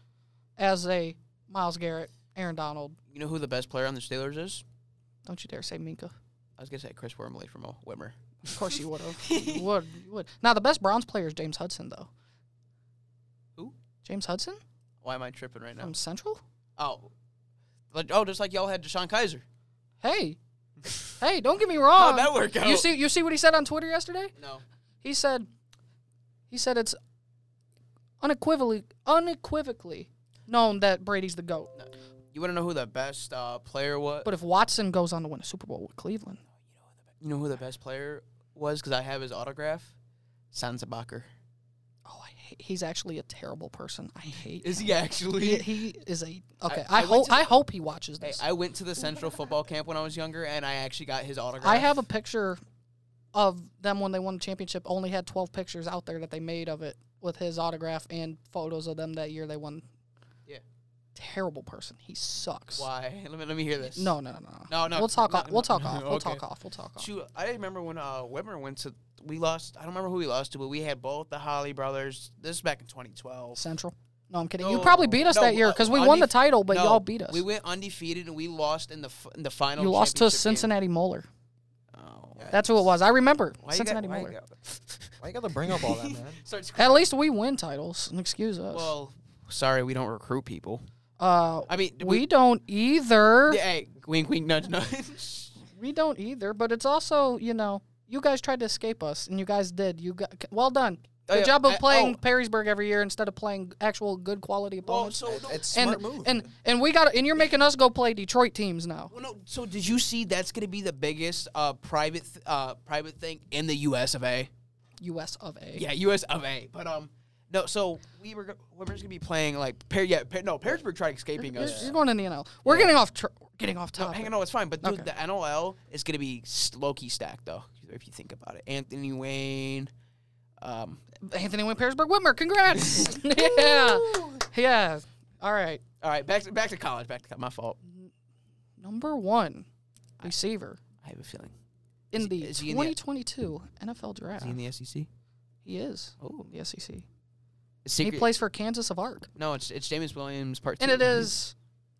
as a Miles Garrett, Aaron Donald.
You know who the best player on the Steelers is?
Don't you dare say Minka.
I was gonna say Chris Wormley from uh, Wimmer.
Of course you would have. you would. You would. Now the best Browns player is James Hudson though.
Who?
James Hudson
Why am I tripping right now?
from Central.
oh, Like- oh, just like y'all had Deshaun Kaiser.
Hey, hey, don't get me
How'd
wrong.
Oh, that work out?
You see, you see what he said on Twitter yesterday.
No.
He said, he said it's unequivocally, unequivocally known that Brady's the goat.
You want to know who the best uh, player was?
But if Watson goes on to win a Super Bowl with Cleveland,
you know who the best player was? Because I have his autograph. Sansabacher.
oh, I hate, he's actually a terrible person. I hate.
Is
him.
he actually?
He, he is a okay. I,
I went
hope
to-
I hope he watches
Hey,
this.
I went to the Central football camp when I was younger, and I actually got his autograph.
I have a picture of them when they won the championship. Only had twelve pictures out there that they made of it with his autograph and photos of them that year they won.
Yeah.
Terrible person. He sucks.
Why? Let me let me hear this.
No, no, no, no.
No, no,
We'll talk
no,
off. We'll
no,
talk
no,
off. We'll
okay.
talk off. We'll talk off.
Shoot, I remember when uh, Weber went to. We lost. I don't remember who we lost to, but we had both the Holly brothers. This is back in 2012.
Central. No, I'm kidding. you
No,
probably beat us
no,
that year
uh,
because we
undefe-
won the title, but
No,
y'all beat us.
We went undefeated and we lost in the f- in the final.
you lost to
championship
Cincinnati Moeller.
game. Oh.
That's who it was. I remember
Why you got-
Cincinnati
why you
Moeller.
got-
Why you gotta bring up all that, man?
Starts
At least we win titles. and Excuse us.
Well, sorry, we don't recruit people.
uh,
I mean,
we, don't either.
Yeah, hey, wink, wink, nudge, nudge.
We don't either. But it's also you know you guys tried to escape us and you guys did. You got well done.
Oh,
Good
yeah,
job of
I-
playing
oh.
Perrysburg every year instead of playing actual good quality
well,
opponents.
so no,
It's
and
smart move.
and and we got and you're making us go play Detroit teams now.
well, no, so did you see that's going to be the biggest uh, private th- uh, private thing in the U.S. of A.
U.S. of A.
Yeah, U.S. of A. But um, no, so we were go- we're just going to be playing like Par- yeah, Par- no, Perrysburg tried escaping
You're,
us.
you're going to the NL. We're getting off tr- getting off
No,
topic.
hang on, no, it's fine. But dude,
Okay.
the NLL is going to be low key stacked though, if you think about it. Anthony Wayne, um,
Anthony Wynn, Perrysburg Whitmer. Congrats. yeah. Yeah. All right.
All right, back to, back to college. Back to co- my fault.
Number one receiver
I have a feeling.
in
Is-
the
is he in the-
2022 NFL Draft.
Is he in the E SEC?
He is.
Oh,
The E SEC.
secret.
He plays for Kansas of Arc.
No, it's it's James Williams part
And
two.
it is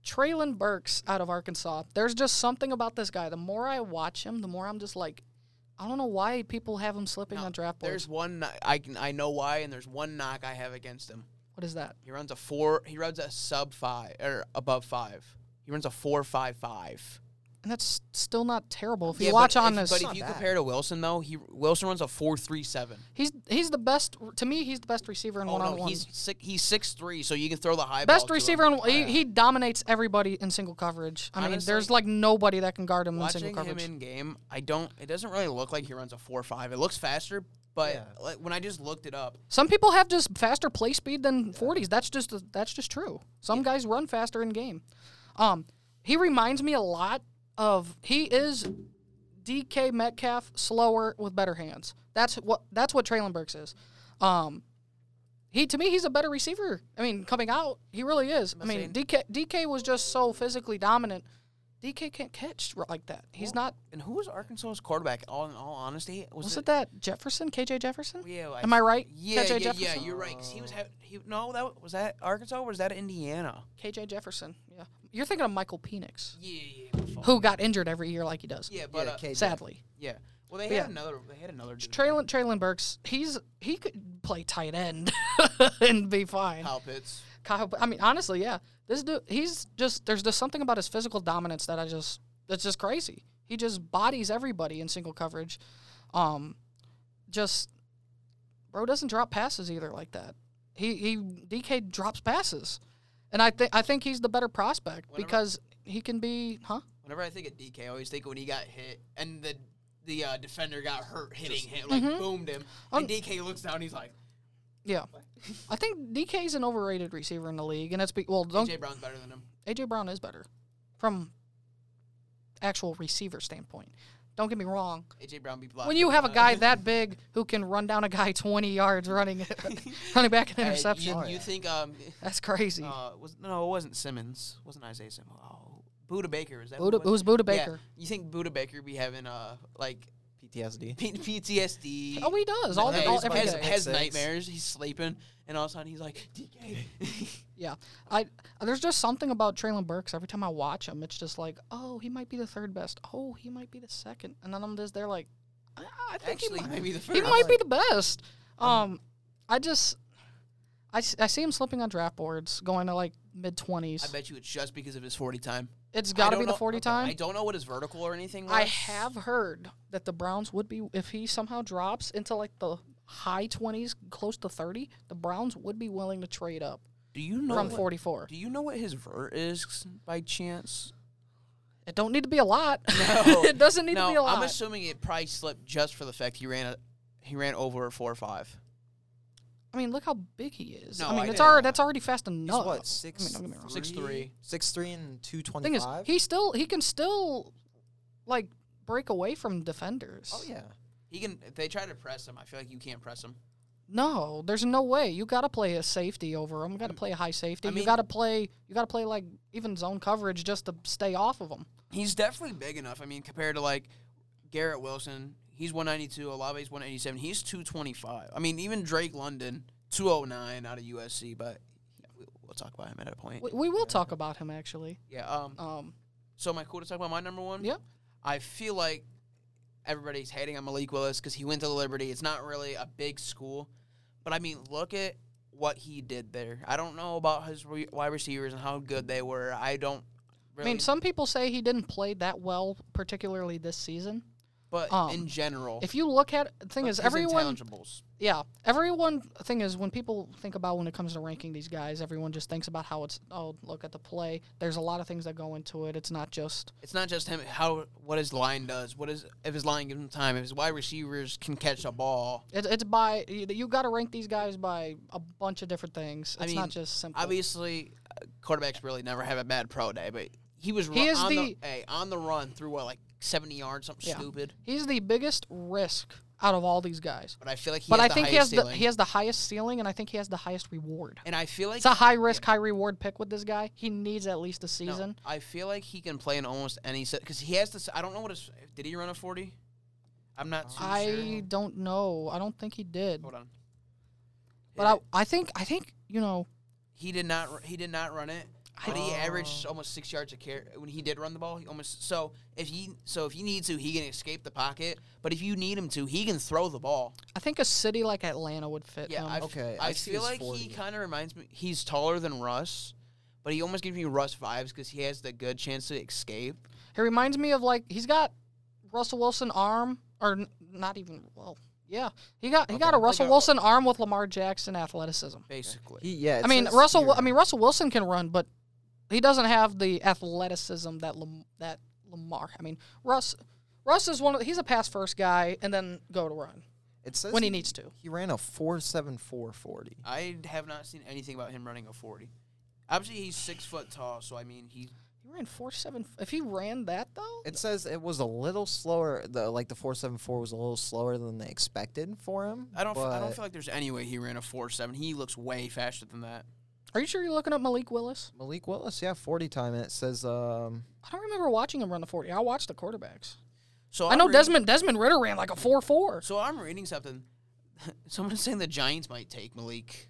Traylon Burks out of Arkansas. There's just something about this guy. The more I watch him, the more I'm just like, I don't know why people have him slipping
No,
on draft boards.
There's one kn- I can I know why, and there's one knock I have against him.
What is that?
He runs a four. He runs a sub five or above five. He runs a four five five.
And that's still not terrible. If you
Yeah,
watch
but
on
if,
this,
but if
Not
you
bad.
compare to Wilson though, he Wilson runs a four three seven.
He's he's the best to me. He's the best receiver in
Oh
one on
no,
one.
he's six, he's six three, so you can throw the high.
Best
ball to him.
receiver in he, he dominates everybody in single coverage. I mean,
Honestly,
there's like nobody that can guard him in single
Watching him
coverage.
in game, I don't. It doesn't really look like he runs a four five. It looks faster, but
Yeah.
like, when I just looked it up,
Some people have just faster play speed than 40s. That's just that's just true. Some guys run faster in game. Um, he reminds me a lot of he is DK Metcalf slower with better hands. That's what that's what Traylon Burks is. Um, he to me he's a better receiver. I mean, coming out he really is. I mean,
saying-
DK DK was just so physically dominant. DK can't catch r- like that. He's not.
and who was Arkansas's quarterback? All in all honesty, was,
Was it that Jefferson? KJ Jefferson?
Yeah, like,
Am I right?
Yeah,
KJ
yeah, yeah,
Jefferson?
you're right. 'cause he was ha- he, no, that w- was that Arkansas or was that Indiana?
KJ Jefferson. Yeah. You're thinking of Michael Penix,
Yeah, yeah, yeah. my fault.
who got injured every year like he does.
Yeah,
yeah,
but uh,
KJ.
Sadly.
yeah. Well, they had
But yeah.
another. They had another. Dude.
Traylon Traylon Burks, he's he could play tight end and be fine.
Kyle Pitts.
Kyle, I mean, honestly, yeah. This dude, he's just there's just something about his physical dominance that I just that's just crazy. He just bodies everybody in single coverage. Um, just bro doesn't drop passes either like that. He he DK drops passes, and I think I think he's the better prospect
Whenever-
because he can be huh.
Whenever I think of DK, I always think when he got hit and the
mm-hmm.
the uh, defender got hurt hitting him, like boomed him, and
Um,
DK looks down, he's like,
Yeah, I think DK's an overrated receiver in the league, and that's be- well, don't
AJ Brown's better than him.
AJ Brown is better from actual receiver standpoint. Don't get me wrong.
AJ Brown be uh, blocked.
When you have a guy that big who can run down a guy 20 yards running running back an interception,
Uh, you, you think um,
that's crazy.
uh, was no, it wasn't Simmons. Wasn't Isaiah Simmons? Oh, Buda Baker is that? who
Buda,
was?
it was Buda
Yeah.
Baker.
You think Buda Baker be having uh like
PTSD.
P- PTSD?
Oh, he does all, the,
Hey,
all
he's-
every
has,
day.
has
Six.
nightmares. He's sleeping, and all of a sudden he's like, DK.
Yeah, I there's just something about Traylon Burks. Every time I watch him, it's just like, oh, he might be the third best. Oh, he might be the second. And then I'm just there like, I, I think
Actually,
he might,
maybe the first.
he might be the best. Um, I just I, s- I see him slipping on draft boards, going to like mid
I
twenties.
bet you it's just because of his forty time.
It's
I
got to
don't
be the
know-
forty
okay, I
time.
don't know what his vertical or anything. Was.
I have heard that the Browns would be if he somehow drops into like the high twenties, close to thirty. The Browns would be willing to trade up
Do you know?
from
what-
forty four.
do you know what his vert is by chance?
It don't need to be a lot.
No.
it doesn't need
no,
to be a lot.
I'm assuming it probably slipped just for the fact he ran a, he ran over at four or five.
I mean, look how big he is.
No,
I mean,
I
it's
didn't.
already, that's already fast
He's
enough.
what six?
Oh, don't get me wrong.
Six three.
Six three and two
The
twenty
thing is,
five.
he still he can still like break away from defenders.
Oh yeah.
He can. If they try to press him, I feel like you can't press him.
No, there's no way. You got to play a safety over him. You got to play a high safety.
Mm. I
you
mean-
got to play. You got to play like even zone coverage just to stay off of him.
He's definitely big enough. I mean, compared to like Garrett Wilson, he's 192. Olave's 187. He's 225. I mean, even Drake London, 209 out of USC. But we- we'll talk about him at a point.
We, we will talk about him actually.
Yeah. Um.
Um,
So am I cool to talk about my number one?
yeah,
I feel like everybody's hating on Malik Willis because he went to Liberty. It's not really a big school, but I mean, look at what he did there. I don't know about his re- wide receivers and how good they were. I don't. Really,
I mean, some people say he didn't play that well, particularly this season.
but
um,
in general,
If you look at the thing
look,
is
his
everyone
intangibles.
Yeah, everyone. Thing is, when people think about when it comes to ranking these guys, everyone just thinks about how it's. Oh, look at the play. There's a lot of things that go into it. It's not just.
It's not just him. How what his line does. What is if his line gives him time. If his wide receivers can catch a ball.
It, it's by you, you got to rank these guys by a bunch of different things. It's
I mean,
not just simple.
Obviously, uh, quarterbacks really never have a bad pro day, but he was
He
ru-
is
on
the-
hey, on the run through what like seventy yards, something
Yeah.
stupid.
He's the biggest risk out of all these guys.
But I feel like he
but
has
I
the
think he has
highest
the
ceiling.
he has the highest ceiling, and I think he has the highest reward.
and I feel like
It's a high risk, high reward pick with this guy. He needs at least a
no,
season.
I feel like he can play in almost any set because he has this. I don't know what his. Did he run a forty? I'm not too sure.
I don't know. I don't think he did.
Hold on. Yeah,
But I, I think I think you know
he did not. ru- He did not run it. But he averaged almost six yards a carry when he did run the ball. He almost so if he so if you need to, he can escape the pocket. But if you need him to, he can throw the ball.
I think a city like Atlanta would fit
Yeah,
him.
I, f-
Okay,
I,
I see
feel
his
like
40.
he kind of reminds me. He's taller than Russ, but he almost gives me Russ vibes because he has the good chance to escape.
he reminds me of like he's got Russell Wilson arm or n- not even well. Yeah, he got he got a
Okay.
Russell
Like a-
Wilson arm with Lamar Jackson athleticism.
Basically,
He yeah. it
I mean
says
Russell.
here-
I mean Russell Wilson can run, but he doesn't have the athleticism that Lam- that Lamar. I mean Russ. Russ is one of he's a pass first guy and then go to run
it says
when he needs to.
He ran a four seven four forty.
I have not seen anything about him running a forty. Obviously, he's six foot tall, so I mean, he
He ran four seven. If he ran that though,
It says it was a little slower. The like the four seven four was a little slower than they expected for him.
I don't. f I don't
but
feel like there's any way he ran a four seven. He looks way faster than that.
are you sure you're looking at Malik Willis?
Malik Willis, yeah, forty time. And it says um
I don't remember watching him run the forty. I watched the quarterbacks.
So
I know
I'm reading-
Desmond Desmond Ritter ran like a four four.
So I'm reading something. Someone's saying the Giants might take Malik,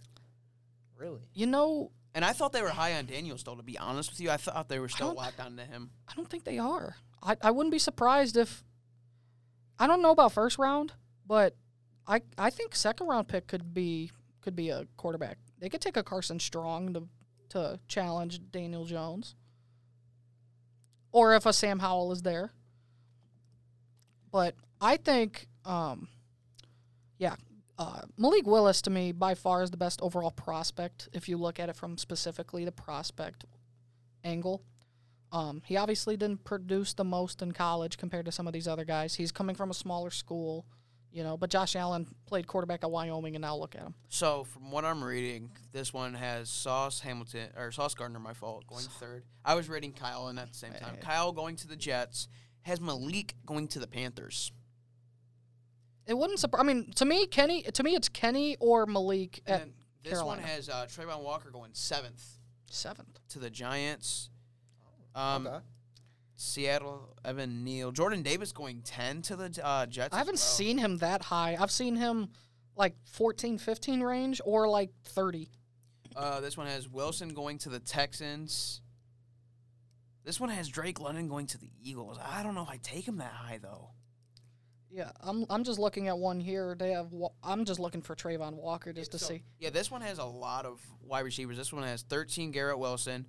really.
You know,
and I thought they were high on Daniel still. To be honest with you, I thought they were still
don't-
locked onto him.
I don't think they are. I, I wouldn't be surprised if I don't know about first round, but I I think second round pick could be could be a quarterback. They could take a Carson Strong to to challenge Daniel Jones. Or if a Sam Howell is there. But I think um yeah, uh, Malik Willis to me by far is the best overall prospect if you look at it from specifically the prospect angle. Um, he obviously didn't produce the most in college compared to some of these other guys. He's coming from a smaller school. You know, but Josh Allen played quarterback at Wyoming, and now look at him.
So from what I'm reading, this one has Sauce Hamilton or Sauce Gardner, my fault, going third. I was reading Kyle and at the same time.
Right.
Kyle going to the Jets has Malik going to the Panthers.
It wouldn't surprise. I mean, to me, Kenny. To me, it's Kenny or Malik
And
at
then this
Carolina.
one has uh, Trayvon Walker going seventh
seventh.
to the Giants. Um,
okay.
Seattle Evan Neal, Jordan Davis going ten to the uh, Jets.
I
as
haven't
well.
seen him that high. I've seen him like 14, 15 range or like 30.
Uh, this one has Wilson going to the Texans. This one has Drake London going to the Eagles. I don't know if I take him that high though.
Yeah, I'm I'm just looking at one here. They have Wa- I'm just looking for Trayvon Walker just to
So,
see.
Yeah, this one has a lot of wide receivers. This one has 13 Garrett Wilson,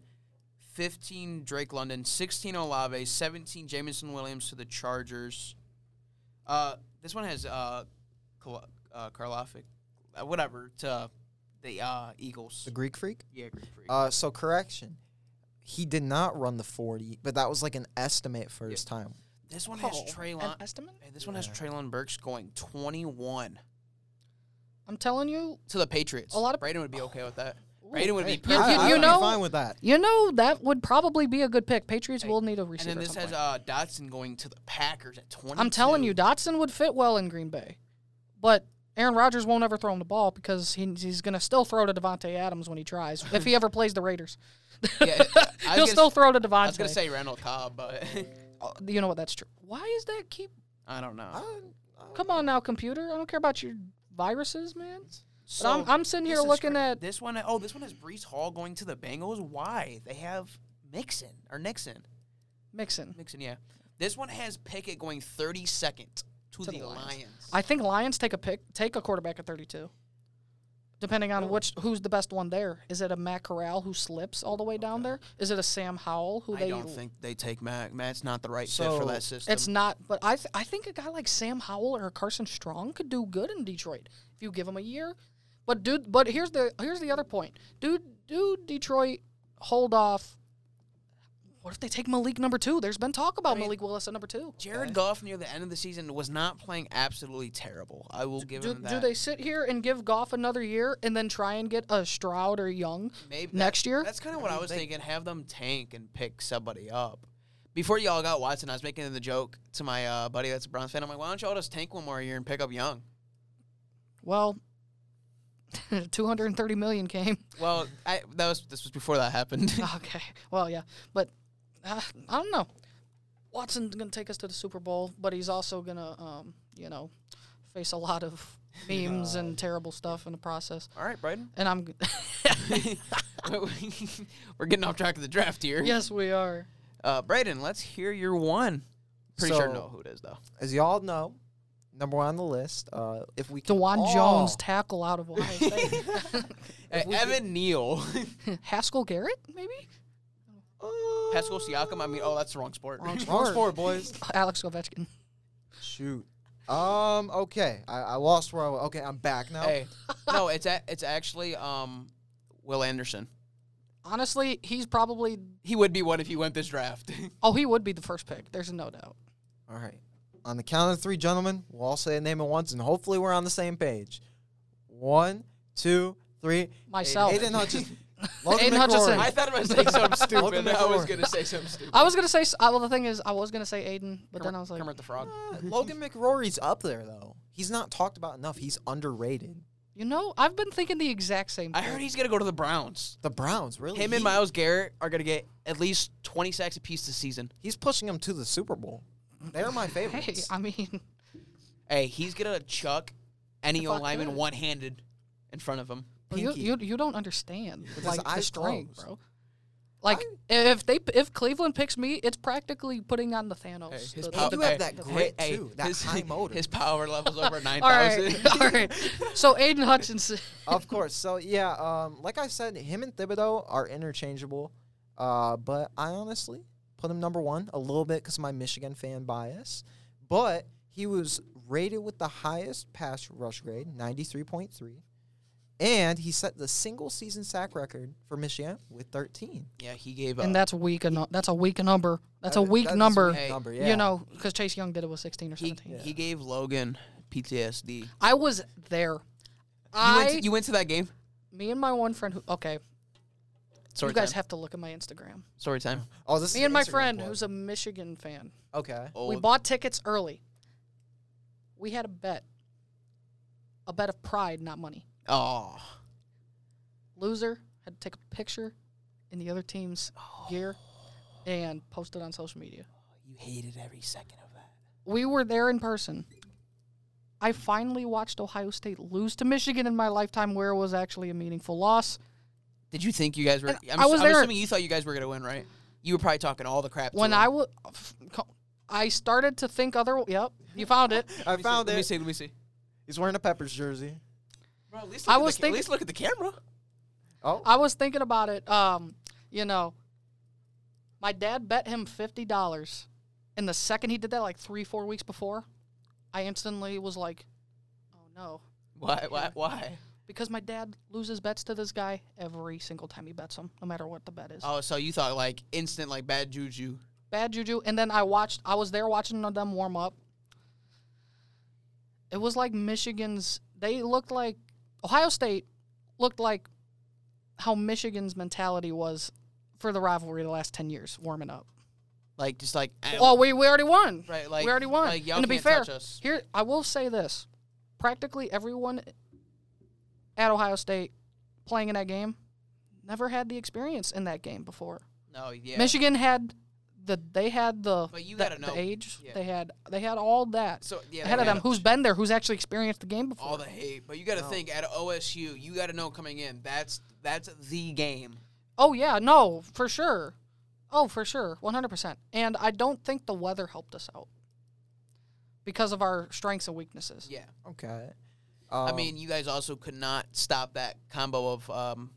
15 Drake London, 16 Olave, 17 Jamison Williams to the Chargers. Uh, this one has uh, Kal- uh Karlovic, uh, whatever to the uh, Eagles.
The Greek freak.
Yeah, Greek Freak.
Uh, so correction, he did not run the forty, but that was like an estimate for his time.
this one has
Oh,
Trey
an
Lon-
estimate?
Hey, this one has
Yeah.
Traylon Burks going 21
I'm telling you,
to the Patriots.
A lot of-
Braden would be okay with that. Braden would be
You-
perfect.
you-
I,
you
would
know-
be fine with that.
you know that would probably be a good pick. Patriots
Hey,
will need a
And
receiver.
then
at
this
some
has
point.
uh, Dotson going to the Packers at 20.
I'm telling you, Dotson would fit well in Green Bay, but Aaron Rodgers won't ever throw him the ball because he, he's going to still throw to Devontae Adams when he tries, if he ever plays the Raiders.
Yeah, I
He'll
was
still
gonna,
throw to
I was gonna
Devontae.
say Randall Cobb, but
Oh, You know what? That's true. Why is that keep?
I don't
I,
know.
don't- I don't-
Come on now, computer. I don't care about your viruses, man.
So
But I'm, I'm sitting
this
here
is
looking
cra-
at
this one. Oh, this one has Brees Hall going to the Bengals. Why they have Mixon or Nixon?
Mixon.
Mixon, yeah. This one has Pickett going 32nd to,
To
the,
the
Lions.
Lions. I think Lions take a pick, take a quarterback at 32. Depending on which, who's the best one there? Is it a Matt Corral who slips all the way down there? Is it a Sam Howell who
I
they?
don't think they take Matt. Matt's not the right fit for
So,
that system.
it's not, but I th- I think a guy like Sam Howell or Carson Strong could do good in Detroit if you give him a year. But dude, but here's the here's the other point. Do do Detroit hold off? What if they take Malik number two? There's been talk about Malik Willis at number two.
Jared Goff near the end of the season was not playing absolutely terrible. I will give
do,
him that.
do they sit here and give Goff another year and then try and get a Stroud or Young
Maybe
next year?
That's kind of what I was thinking. Have them tank and pick somebody up. Before y'all got Watson, I was making the joke to my uh, buddy that's a Browns fan. I'm like, why don't y'all just tank one more year and pick up Young?
Well, 230 million came.
Well, I, that was this was before that happened.
okay. Well, yeah, but uh, I don't know. Watson's gonna take us to the Super Bowl, but he's also gonna, um, you know, face a lot of memes and terrible stuff in the process.
All right, Braden.
And I'm, g-
We're getting off track of the draft here.
yes, we are.
Uh, Braden, let's hear your one. Pretty sure I
So-
know who it is though.
As y'all know, number one on the list. Uh, if we can
Dewan
all-
Jones tackle out of Ohio State.
Uh, Evan Neal,
Haskell Garrett, maybe.
Pascal Siakam. I mean, oh, that's the wrong sport.
Uh, Wrong sport, boys.
Alex Ovechkin.
Shoot. Um. Okay. I, I lost where I was. Okay. I'm back now.
Hey, no, it's a, it's actually um, Will Anderson.
Honestly, he's probably.
He would be one if he went this draft.
Oh, he would be the first pick. There's no doubt.
All right. On the count of three, gentlemen, we'll all say the name at once, and hopefully we're on the same page. One, two, three.
Myself.
Aiden Hutchins. Logan
Aiden Hutchinson.
McCory.
I thought I was saying something stupid.
Welcome to
I was
Florida.
gonna say something stupid.
I was gonna say. s- uh, Well, the thing is, I was gonna say Aiden, but then I was like,
Kermit the Frog.
Uh, Logan McRory's up there though. He's not talked about enough. He's underrated.
you know, I've been thinking the exact same.
I
thing.
heard he's gonna go to the Browns.
The Browns really.
Him and
he-
Miles Garrett are gonna get at least 20 sacks apiece this season.
He's pushing them to the Super Bowl. They're my
Hey,
favorites.
I mean,
Hey, he's gonna chuck any
If I
O lineman
could.
one-handed in front of him.
you,
Pinky.
you you don't understand
his
like the
eyes
strength,
closed.
bro. Like if they if Cleveland picks me, it's practically putting on the Thanos.
Hey,
the-
pow-
the-
You have that grit,
hey,
too, that high motor.
His power level's over
all
9,000.
right, all right. So Aiden Hutchinson,
of course. So yeah, um, like I said, him and Thibodeau are interchangeable. Uh, but I honestly put him number one a little bit because my Michigan fan bias. But he was rated with the highest pass rush grade, ninety three point three, and he set the single season sack record for Michigan with thirteen.
Yeah, he gave up.
and that's weak. enough. that's a weak number. That's a
Uh,
weak
that is
number.
weak number, yeah.
You know, because Chase Young did it with sixteen or
he,
seventeen.
he gave Logan PTSD.
I was there.
You
I,
went, to, you went to that game.
me and my one friend. Who, okay,
Sorry,
you guys
time.
have to look at my Instagram.
Story time.
Oh, this
Me
is
and my
Instagram
friend,
plug.
who's a Michigan fan,
okay.
Oh,
we bought tickets early. We had a bet, a bet of pride, not money.
oh.
Loser had to take a picture in the other team's gear and post it on social media.
you hated every second of that.
We were there in person. I finally watched Ohio State lose to Michigan in my lifetime, where it was actually a meaningful loss.
Did you think you guys were?
And
I'm,
I
s-
was
I'm
there.
assuming you thought you guys were gonna win, right? You were probably talking all the crap. to
When
them.
I was, I started to think other. Yep, you found it.
I
Let me see,
found
Let me
it.
see. Let me see.
He's wearing a Peppers jersey.
Bro, at least
I
look at
was
the,
thinking-
At least look at the camera.
Oh,
I was thinking about it. Um, you know, my dad bet him fifty dollars, and the second he did that, like three, four weeks before, I instantly was like, "Oh no,"
Why? Why? Why?
because my dad loses bets to this guy every single time he bets him, no matter what the bet is.
Oh, so you thought like instant like bad juju.
Bad juju. And then I watched. I was there watching them warm up. It was like Michigan's. They looked like Ohio State looked like how Michigan's mentality was for the rivalry the last ten years warming up.
Like just like eh,
Well, we, we already won.
right. Like
we already won.
Like, y'all
and to be
can't
fair,
touch us.
here I will say this: practically everyone at Ohio State playing in that game never had the experience in that game before.
No, yeah.
Michigan had the they had the
But you
the,
gotta
the
know-
age
yeah.
they had they had all that
So yeah,
ahead
they
of them.
gotta-
Who's been there? Who's actually experienced the game before?
all the hate? But you got to
No.
think at OSU, you got to know coming in. That's that's the game.
Oh yeah, no, for sure. Oh, for sure, one hundred percent. And I don't think the weather helped us out because of our strengths and weaknesses.
Yeah.
okay.
I
Um,
mean, you guys also could not stop that combo of um,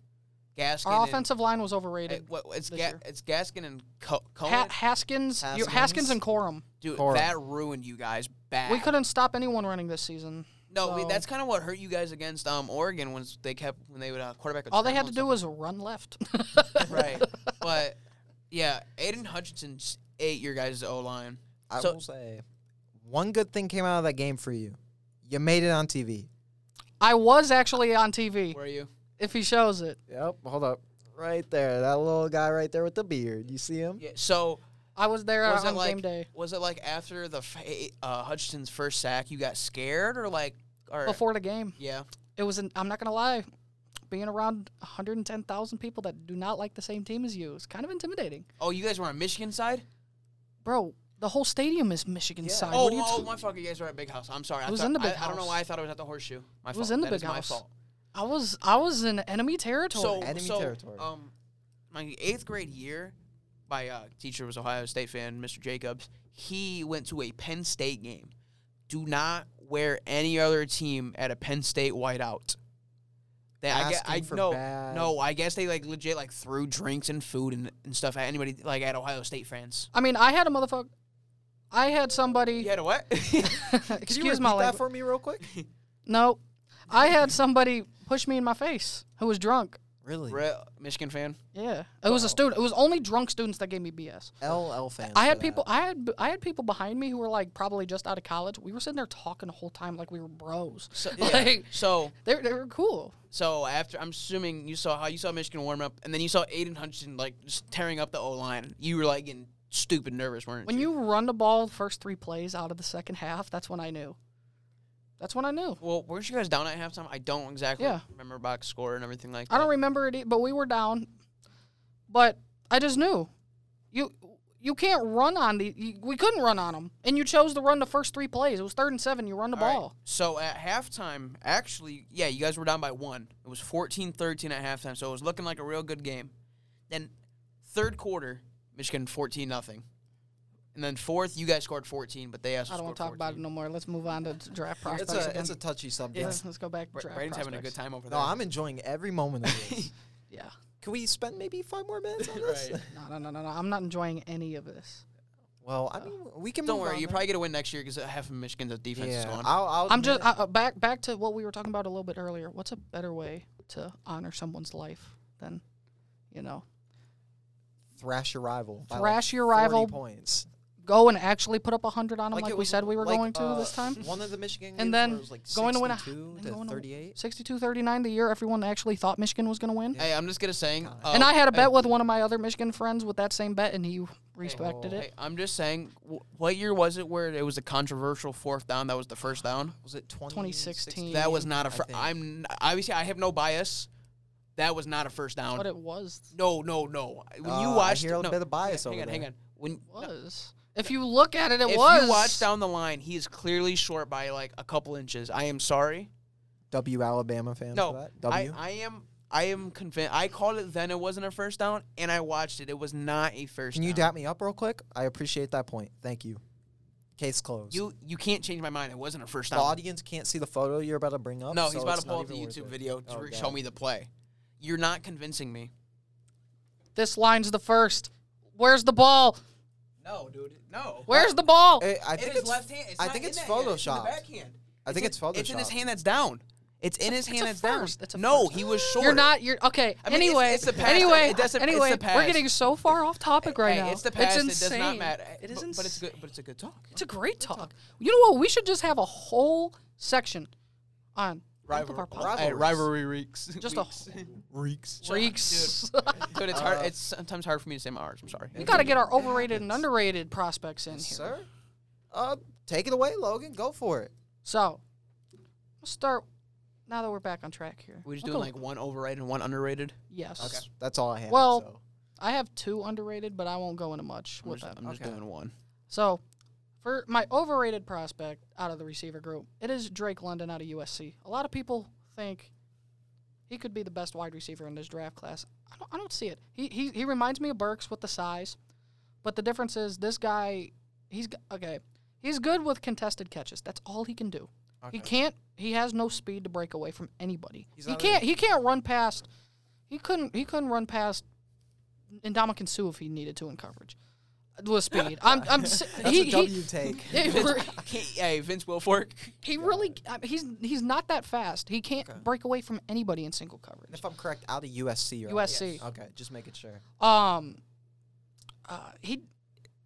Gaskin.
Our
and-
offensive line was
eh,
overrated.
what, it's
this
Ga-
year.
it's Gaskin and Co- Cohen.
Ha- Haskins, you-
Haskins.
Haskins. and Corum.
Dude,
Corum.
that ruined you guys bad.
We couldn't stop anyone running this season.
No, we,
so-
that's kind of what hurt you guys against um Oregon when they kept when they would uh, quarterback. would
All they had to do
scramble
was run left.
and stuff. right, but yeah, Aiden Hutchinson s- ate your guys' O line.
I
so-
will say, one good thing came out of that game for you. You made it on TV.
I was actually on TV.
Where are you?
If he shows it,
Yep. Hold up. Right there, that little guy right there with the beard. You see him?
Yeah, so
I was there
was
on
it like
game day
was it like after the f- uh, Hutchinson's first sack, you got scared or like or
before the game.
yeah?
It was. An, I'm not gonna lie, being around 110,000 people that do not like the same team as you is kind of intimidating,
Oh, you guys were on Michigan side.
bro. The whole stadium is Michigan
Yeah.
side.
Oh,
what are you
oh,
ta-
my fuck, you guys were at Big House. I'm sorry. I,
It was
thought-
in the
I-
Big
I don't know
House.
why I thought it was at the horseshoe. My
It
fault.
was in the
That is
Big
My
House.
fault.
I was I was in enemy territory.
So,
Enemy
so,
territory.
Um, my eighth grade year, my uh, teacher was Ohio State fan, Mr. Jacobs. He went to a Penn State game. Do not wear any other team at a Penn State whiteout. That I guess
Asking
I
for
no
bad-
no I guess they like legit like threw drinks and food and, and stuff at anybody like at Ohio State fans.
I mean, I had a motherfucker. I had somebody.
You had a what?
Could you
excuse my
repeat
language.
that for me real quick?
No, I had somebody push me in my face who was drunk.
really?
Real Michigan fan.
Yeah, it was a student. It was only drunk students that gave me BS.
LL fans.
I had
for
people.
that.
I had I had people behind me who were like probably just out of college. We were sitting there talking the whole time like we were bros.
So,
Like
so
they they were cool.
So after I'm assuming you saw how you saw Michigan warm up, and then you saw Aiden Hutchinson like just tearing up the O line. You were like getting stupid nervous, weren't
When you run the ball the first three plays out of the second half, that's when I knew. That's when I knew.
Well, weren't you guys down at halftime? I don't exactly
Yeah.
remember box score and everything like that.
I don't remember it, e- but we were down. But I just knew. You you can't run on the. You, we couldn't run on them, and you chose to run the first three plays. It was third and seven. You run the
All right,
ball.
So at halftime, actually, yeah, you guys were down by one. It was 14-13 at halftime, so it was looking like a real good game. Then third quarter, Michigan fourteen nothing, and then fourth, you guys scored fourteen, but they asked.
I don't want to talk about it no more. Let's move on to draft prospects.
It's a
again.
it's a touchy subject.
let's, let's go back to draft
Braden's having a good
prospects.
time over
No,
there.
I'm enjoying every moment of this.
Yeah.
Can we spend maybe five more minutes on this?
Right.
No, no, no, no, no. I'm not enjoying any of this.
Well, I mean, we can.
Don't
move
worry,
on
you're
then.
probably gonna win next year because half of Michigan's defense is
Yeah,
gone.
I'll, I'll
I'm just
admit-
I, uh, back back to what we were talking about a little bit earlier. What's a better way to honor someone's life than, you know,
thrash your rival. by, like,
Thrash your
40
rival.
points.
go and actually put up 100 on them like,
it
we
was
said we were
like,
going to
uh,
this time.
One of the Michigan games
And
where
then
it was like
going to win a-
62
then
to
going to-
38.
62 39 the year everyone actually thought Michigan was going to win.
Hey, I'm just gonna saying. uh,
And
and I had a bet
with.
with one of my other Michigan friends with that same bet, and he respected
Oh,
Hey,
it.
I'm just saying, wh- what year was it where it was a controversial fourth down that was the first down?
Was it
2016?
That was not a. Fir-
I think.
I'm n- obviously I have no bias. That was not a first down.
But it was
no, no, no. When you
Uh, I
watched,
hear a
no,
little bit of bias
hang
over
on, hang
there.
on. When
was. If you look at it, it
if
was.
you watch down the line, he is clearly short by like a couple inches. I am sorry.
W Alabama fan. for
No,
that?
I,
W.
I am. I am convinced. I called it then. It wasn't a first down, and I watched it. It was not a first.
Can you
down.
dap me up real quick? I appreciate that point. Thank you. Case closed.
You you can't change my mind. It wasn't a first
the
down.
audience can't see the photo you're about to bring up.
No,
so
he's about
it's
to
not
pull up the
even worth
YouTube
it.
video to
Oh,
re-
God.
show me the play. You're not convincing me.
This line's the first. Where's the ball?
No, dude. No.
Where's the ball?
Eh, I think it's
left hand. It's
I
not
think
in
it's
that hand,
photoshopped.
It's in the backhand.
I think it's photoshopped.
It's in his hand that's down. It's in his
It's a
hand that's down.
first. It's a
No,
first.
he was short.
You're not. You're okay.
I mean, it's-
anyway,
it's the past.
anyway,
It doesn't- it's
anyway,
the
we're
past.
getting so far off topic right
Hey,
now.
It's the past.
It's insane.
It does not matter.
It is
but,
insane.
but it's good. But it's a good talk.
It's a great talk. You know what? We should just have a whole section on both of our podcasts.
rivalries.
Hey, rivalry reeks.
Just a
Weeks.
Reeks.
Freaks.
Dude, it's hard. It's sometimes hard for me to say my R's. I'm sorry.
we got to get our overrated and underrated prospects in here.
Sir, uh, take it away, Logan. Go for it.
So, let's start now that we're back on track here.
We just
We'll
doing
go-
like one overrated and one underrated.
yes.
That's all I have.
Well,
so.
I have two underrated, but I won't go into much
I'm
with
just,
them.
I'm just
Okay.
doing one.
So, for my overrated prospect out of the receiver group, it is Drake London out of USC. A lot of people think he could be the best wide receiver in this draft class. I don't, I don't see it. He, he he reminds me of Burks with the size, but the difference is this guy, he's g- okay. He's good with contested catches. That's all he can do. He can't. He has no speed to break away from anybody.
He's
he
not
can't. He can't run past. He couldn't. He couldn't run past Ndamukong Sue if he needed to in coverage with speed. I'm. I'm. s-
That's
he,
a
he-
W take.
it re-
Vince, can't- hey, Vince Wilfork.
he really. I mean, he's. He's not that fast. He can't
Okay.
break away from anybody in single coverage.
And if I'm correct, out of USC, right?
USC.
Yes. Okay, just making sure.
Um, uh, he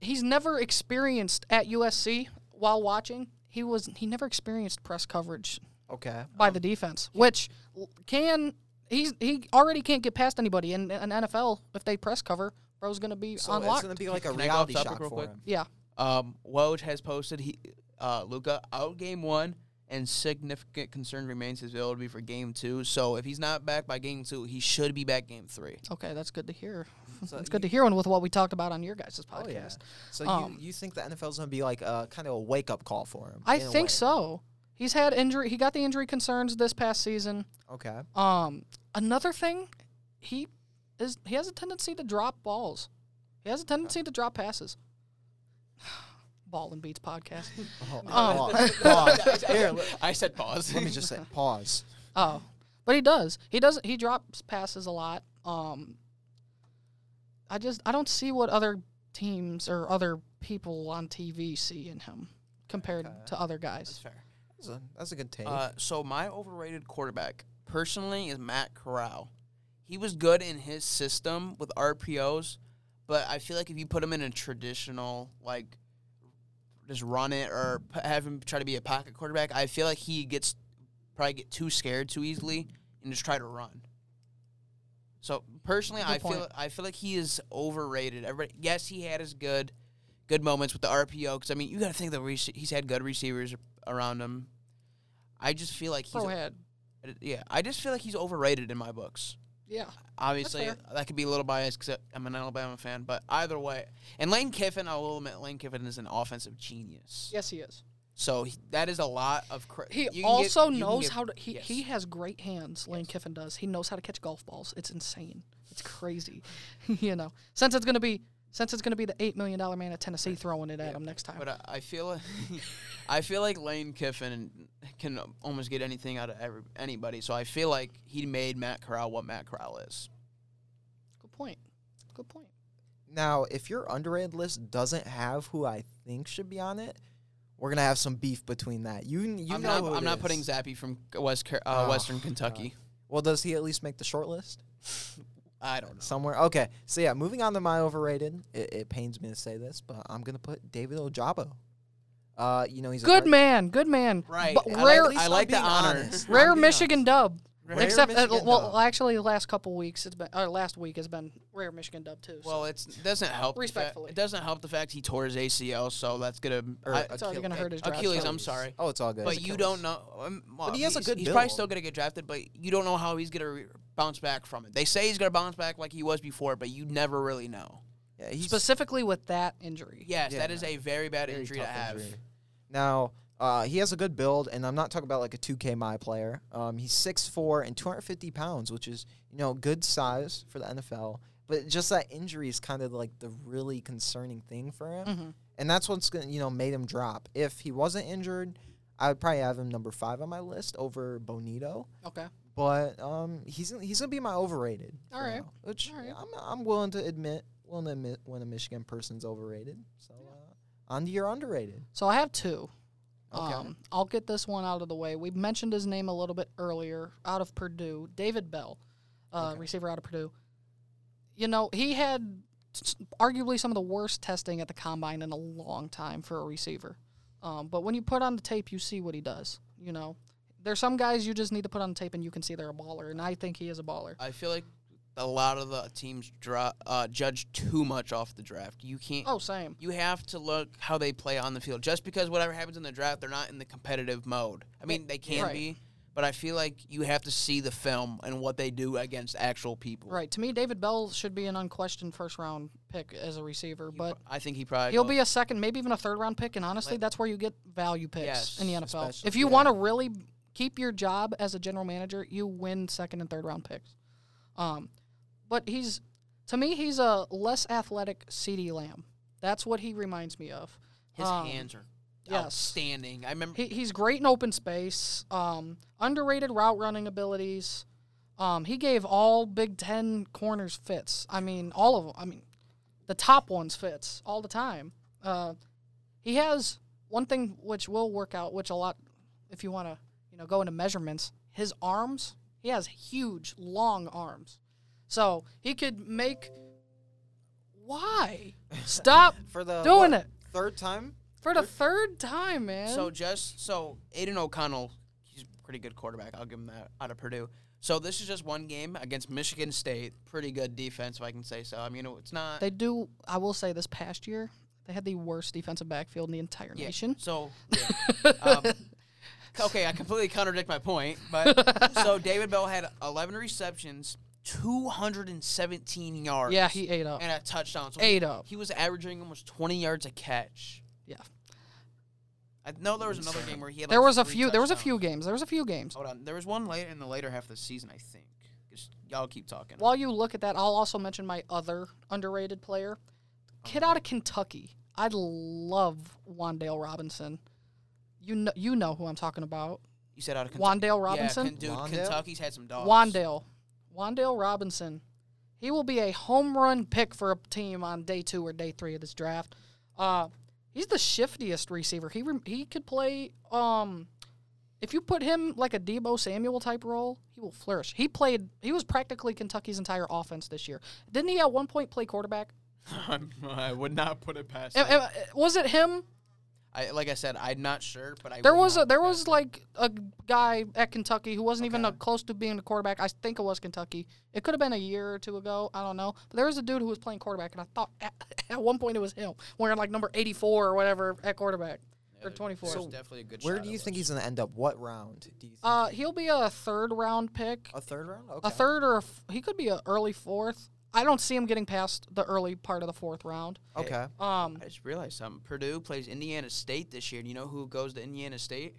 he's never experienced at USC while watching. He was he never experienced press coverage
Okay.
by the defense, which l- can he's he already can't get past anybody in an NFL if they press cover. Bro's gonna be
So
on
it's
lock.
gonna be like a
Can I go off
reality
topic
shock
real
for
quick?
him.
yeah,
Um, Woj has posted he uh, Luca out game one, and significant concern remains his availability for game two. So if he's not back by game two, he should be back game three.
okay, that's good to hear.
So
It's good to
you-
hear one with what we talked about on your guys'
Oh, yeah.
podcast.
So
Um,
you, you think the NFL's gonna be like a kind of a wake up call for him?
I
in a
think
way.
so. He's had injury. He got the injury concerns this past season.
Okay.
Um, another thing, he is he has a tendency to drop balls. He has a tendency to drop passes. Ball and Beats podcast.
Oh,
Um,
pause. pause. Here, let,
I said pause.
let me just say pause.
Oh, but he does. He does. He drops passes a lot. Um, I just I don't see what other teams or other people on TV see in him compared
Okay.
to other guys.
fair.
That's a, that's a good take.
Uh, so my overrated quarterback personally is Matt Corral. He was good in his system with RPOs, but I feel like if you put him in a traditional like just run it or p- have him try to be a pocket quarterback, I feel like he gets probably get too scared too easily and just try to run. So personally,
Good
I feel
point.
I feel like he is overrated. Everybody, yes, he had his good good moments with the RPO because I mean you got to think that rece- he's had good receivers around him. I just feel like he's uh,
Go ahead.
yeah. I just feel like he's overrated in my books.
Yeah.
Obviously, uh,
fair.
that could be a little biased because I'm an Alabama fan, but either way, and Lane Kiffin, I will admit, Lane Kiffin is an offensive genius.
Yes, he is.
So he, that is a lot of. Cr-
He
you can get-
also
you can
knows
get-
how to. He,
yes.
he has great hands. Lane Kiffin does. He knows how to catch golf balls. It's insane. It's crazy. you know, since it's gonna be since it's gonna be the eight million dollar man at Tennessee throwing it at him next time.
But I, I feel like I feel like Lane Kiffin can almost get anything out of every, anybody. So I feel like he made Matt Corral what Matt Corral is.
Good point. Good point.
now, if your underrated list doesn't have who I think should be on it, we're gonna have some beef between that. You kn- you
I'm
know
not,
who it
I'm not putting
is.
Zappy from West Car- uh,
Oh,
Western Kentucky.
Well, does he at least make the short list?
I don't know.
somewhere. Okay, so yeah, moving on to my overrated. It, it pains me to say this, but I'm gonna put David Ojabo. Uh, you know he's
Good
a great-
man, good man.
Right.
But
I
rare-
like, I like the
being
honor.
honest. I'm
Rare
being
Michigan dub.
Rare
Except uh,
Michigan
well,
dub.
actually, the last couple weeks it's been or last week has been rare Michigan dub too. So
Well, it's, it doesn't help. the fa-
Respectfully.
it doesn't help the fact he tore his ACL, so that's gonna.
Or
I-
it's already
Achilles.
gonna hurt his draft
Achilles,
stock.
I'm sorry.
Oh, it's all good.
but you don't know. Um, well,
But he has a
he's-
good
He's probably
build.
still gonna get drafted, but you don't know how he's gonna re- bounce back from it. They say he's gonna bounce back like he was before, but you never really know.
Yeah, he's
specifically with that injury.
Yes,
Yeah,
that is a very bad
very
injury to
tough
have.
injury. Now, uh, he has a good build, and I'm not talking about like a 2K my player. Um, he's 6'4 and 250 pounds, which is you know good size for the NFL. But just that injury is kind of like the really concerning thing for him,
Mhm.
and that's what's gonna you know made him drop. If he wasn't injured, I would probably have him number five on my list over Bonito.
Okay.
But um, he's he's gonna be my overrated. for
All right.
now, which
All right.
I'm I'm willing to admit, willing to admit when a Michigan person's overrated. So uh, on to your underrated.
So I have two.
Okay.
Um, I'll get this one out of the way. We mentioned his name a little bit earlier out of Purdue, David Bell, uh, receiver out of Purdue. You know, he had s- arguably some of the worst testing at the combine in a long time for a receiver. Um, but when you put on the tape, you see what he does. You know, there's some guys you just need to put on tape and you can see they're a baller, and I think he is a baller.
I feel like a lot of the teams dra- uh, judge too much off the draft. You can't.
Oh, same.
You have to look how they play on the field. Just because whatever happens in the draft, they're not in the competitive mode. I mean, they can
Right.
be, but I feel like you have to see the film and what they do against actual people.
Right. To me, David Bell should be an unquestioned first round pick as a receiver, but
I think he probably
He'll
will.
be a second, maybe even a third round pick, and honestly, that's where you get value picks
Yes,
in the NFL.
especially-
if you
yeah.
want to really keep your job as a general manager, you win second and third round picks. Um, but he's, to me, he's a less athletic C.D. Lamb. That's what he reminds me of.
His
Um,
hands are
yes.
outstanding. I remember.
He, he's great in open space. Um, underrated route running abilities. Um, he gave all Big Ten corners fits. I mean, all of them. I mean, the top ones fits all the time. Uh, he has one thing which will work out, which a lot, if you want to, you know, go into measurements. His arms. He has huge, long arms, so he could make. Why stop
for the
Doing
what,
it.
third time.
for the third time, man?
So just so Aiden O'Connell, he's a pretty good quarterback. I'll give him that out of Purdue. So this is just one game against Michigan State. Pretty good defense, if I can say so. I mean, it's not.
They do. I will say this past year, they had the worst defensive backfield in the entire
yeah,
nation.
So. yeah. um, okay, I completely contradict my point, but so David Bell had 11 receptions, 217 yards.
Yeah, he ate up.
and a touchdown. So
Ate up.
He was averaging almost 20 yards a catch.
Yeah.
I know there was another game where he had.
There
like,
was a
three
few. There was a
touchdowns. Oh,
few games. There was a few games.
Hold on. There was one late in the later half of the season, I think. Just y'all keep talking.
While you look at that, I'll also mention my other underrated player, kid out of Kentucky. I love Wandale Robinson. You know, you know who I'm talking about.
you said out of Kentucky.
Wandale Robinson.
Yeah, Ken- dude,
Wandale?
Kentucky's had some dogs.
Wandale. Wandale Robinson. He will be a home run pick for a team on day two or day three of this draft. Uh, he's the shiftiest receiver. He rem he could play. Um, if you put him like a Debo Samuel type role, he will flourish. He played. He was practically Kentucky's entire offense this year. Didn't he at one point play quarterback?
I would not put it past.
Am-
him.
am- was it him?
I, like I said, I'm not sure, but I
There
would
was
not
a, there
put it
was like a guy at Kentucky who wasn't even uh, close to being a quarterback. I think it was Kentucky. It could have been a year or two ago. I don't know. But there was a dude who was playing quarterback, and I thought at, at one point it was him wearing like number eighty four or whatever at quarterback or
past.
twenty four.
There's definitely a good.
Where
shot
do
it
you think
was.
he's gonna end up? What round do you think?
uh, he'll be a third round pick,
a third round? Oh, Okay.
a third or a f- he could be an early fourth. I don't see him getting past the early part of the fourth round.
Okay.
Um,
I just realized something. Purdue plays Indiana State this year. Do you know who goes to Indiana State?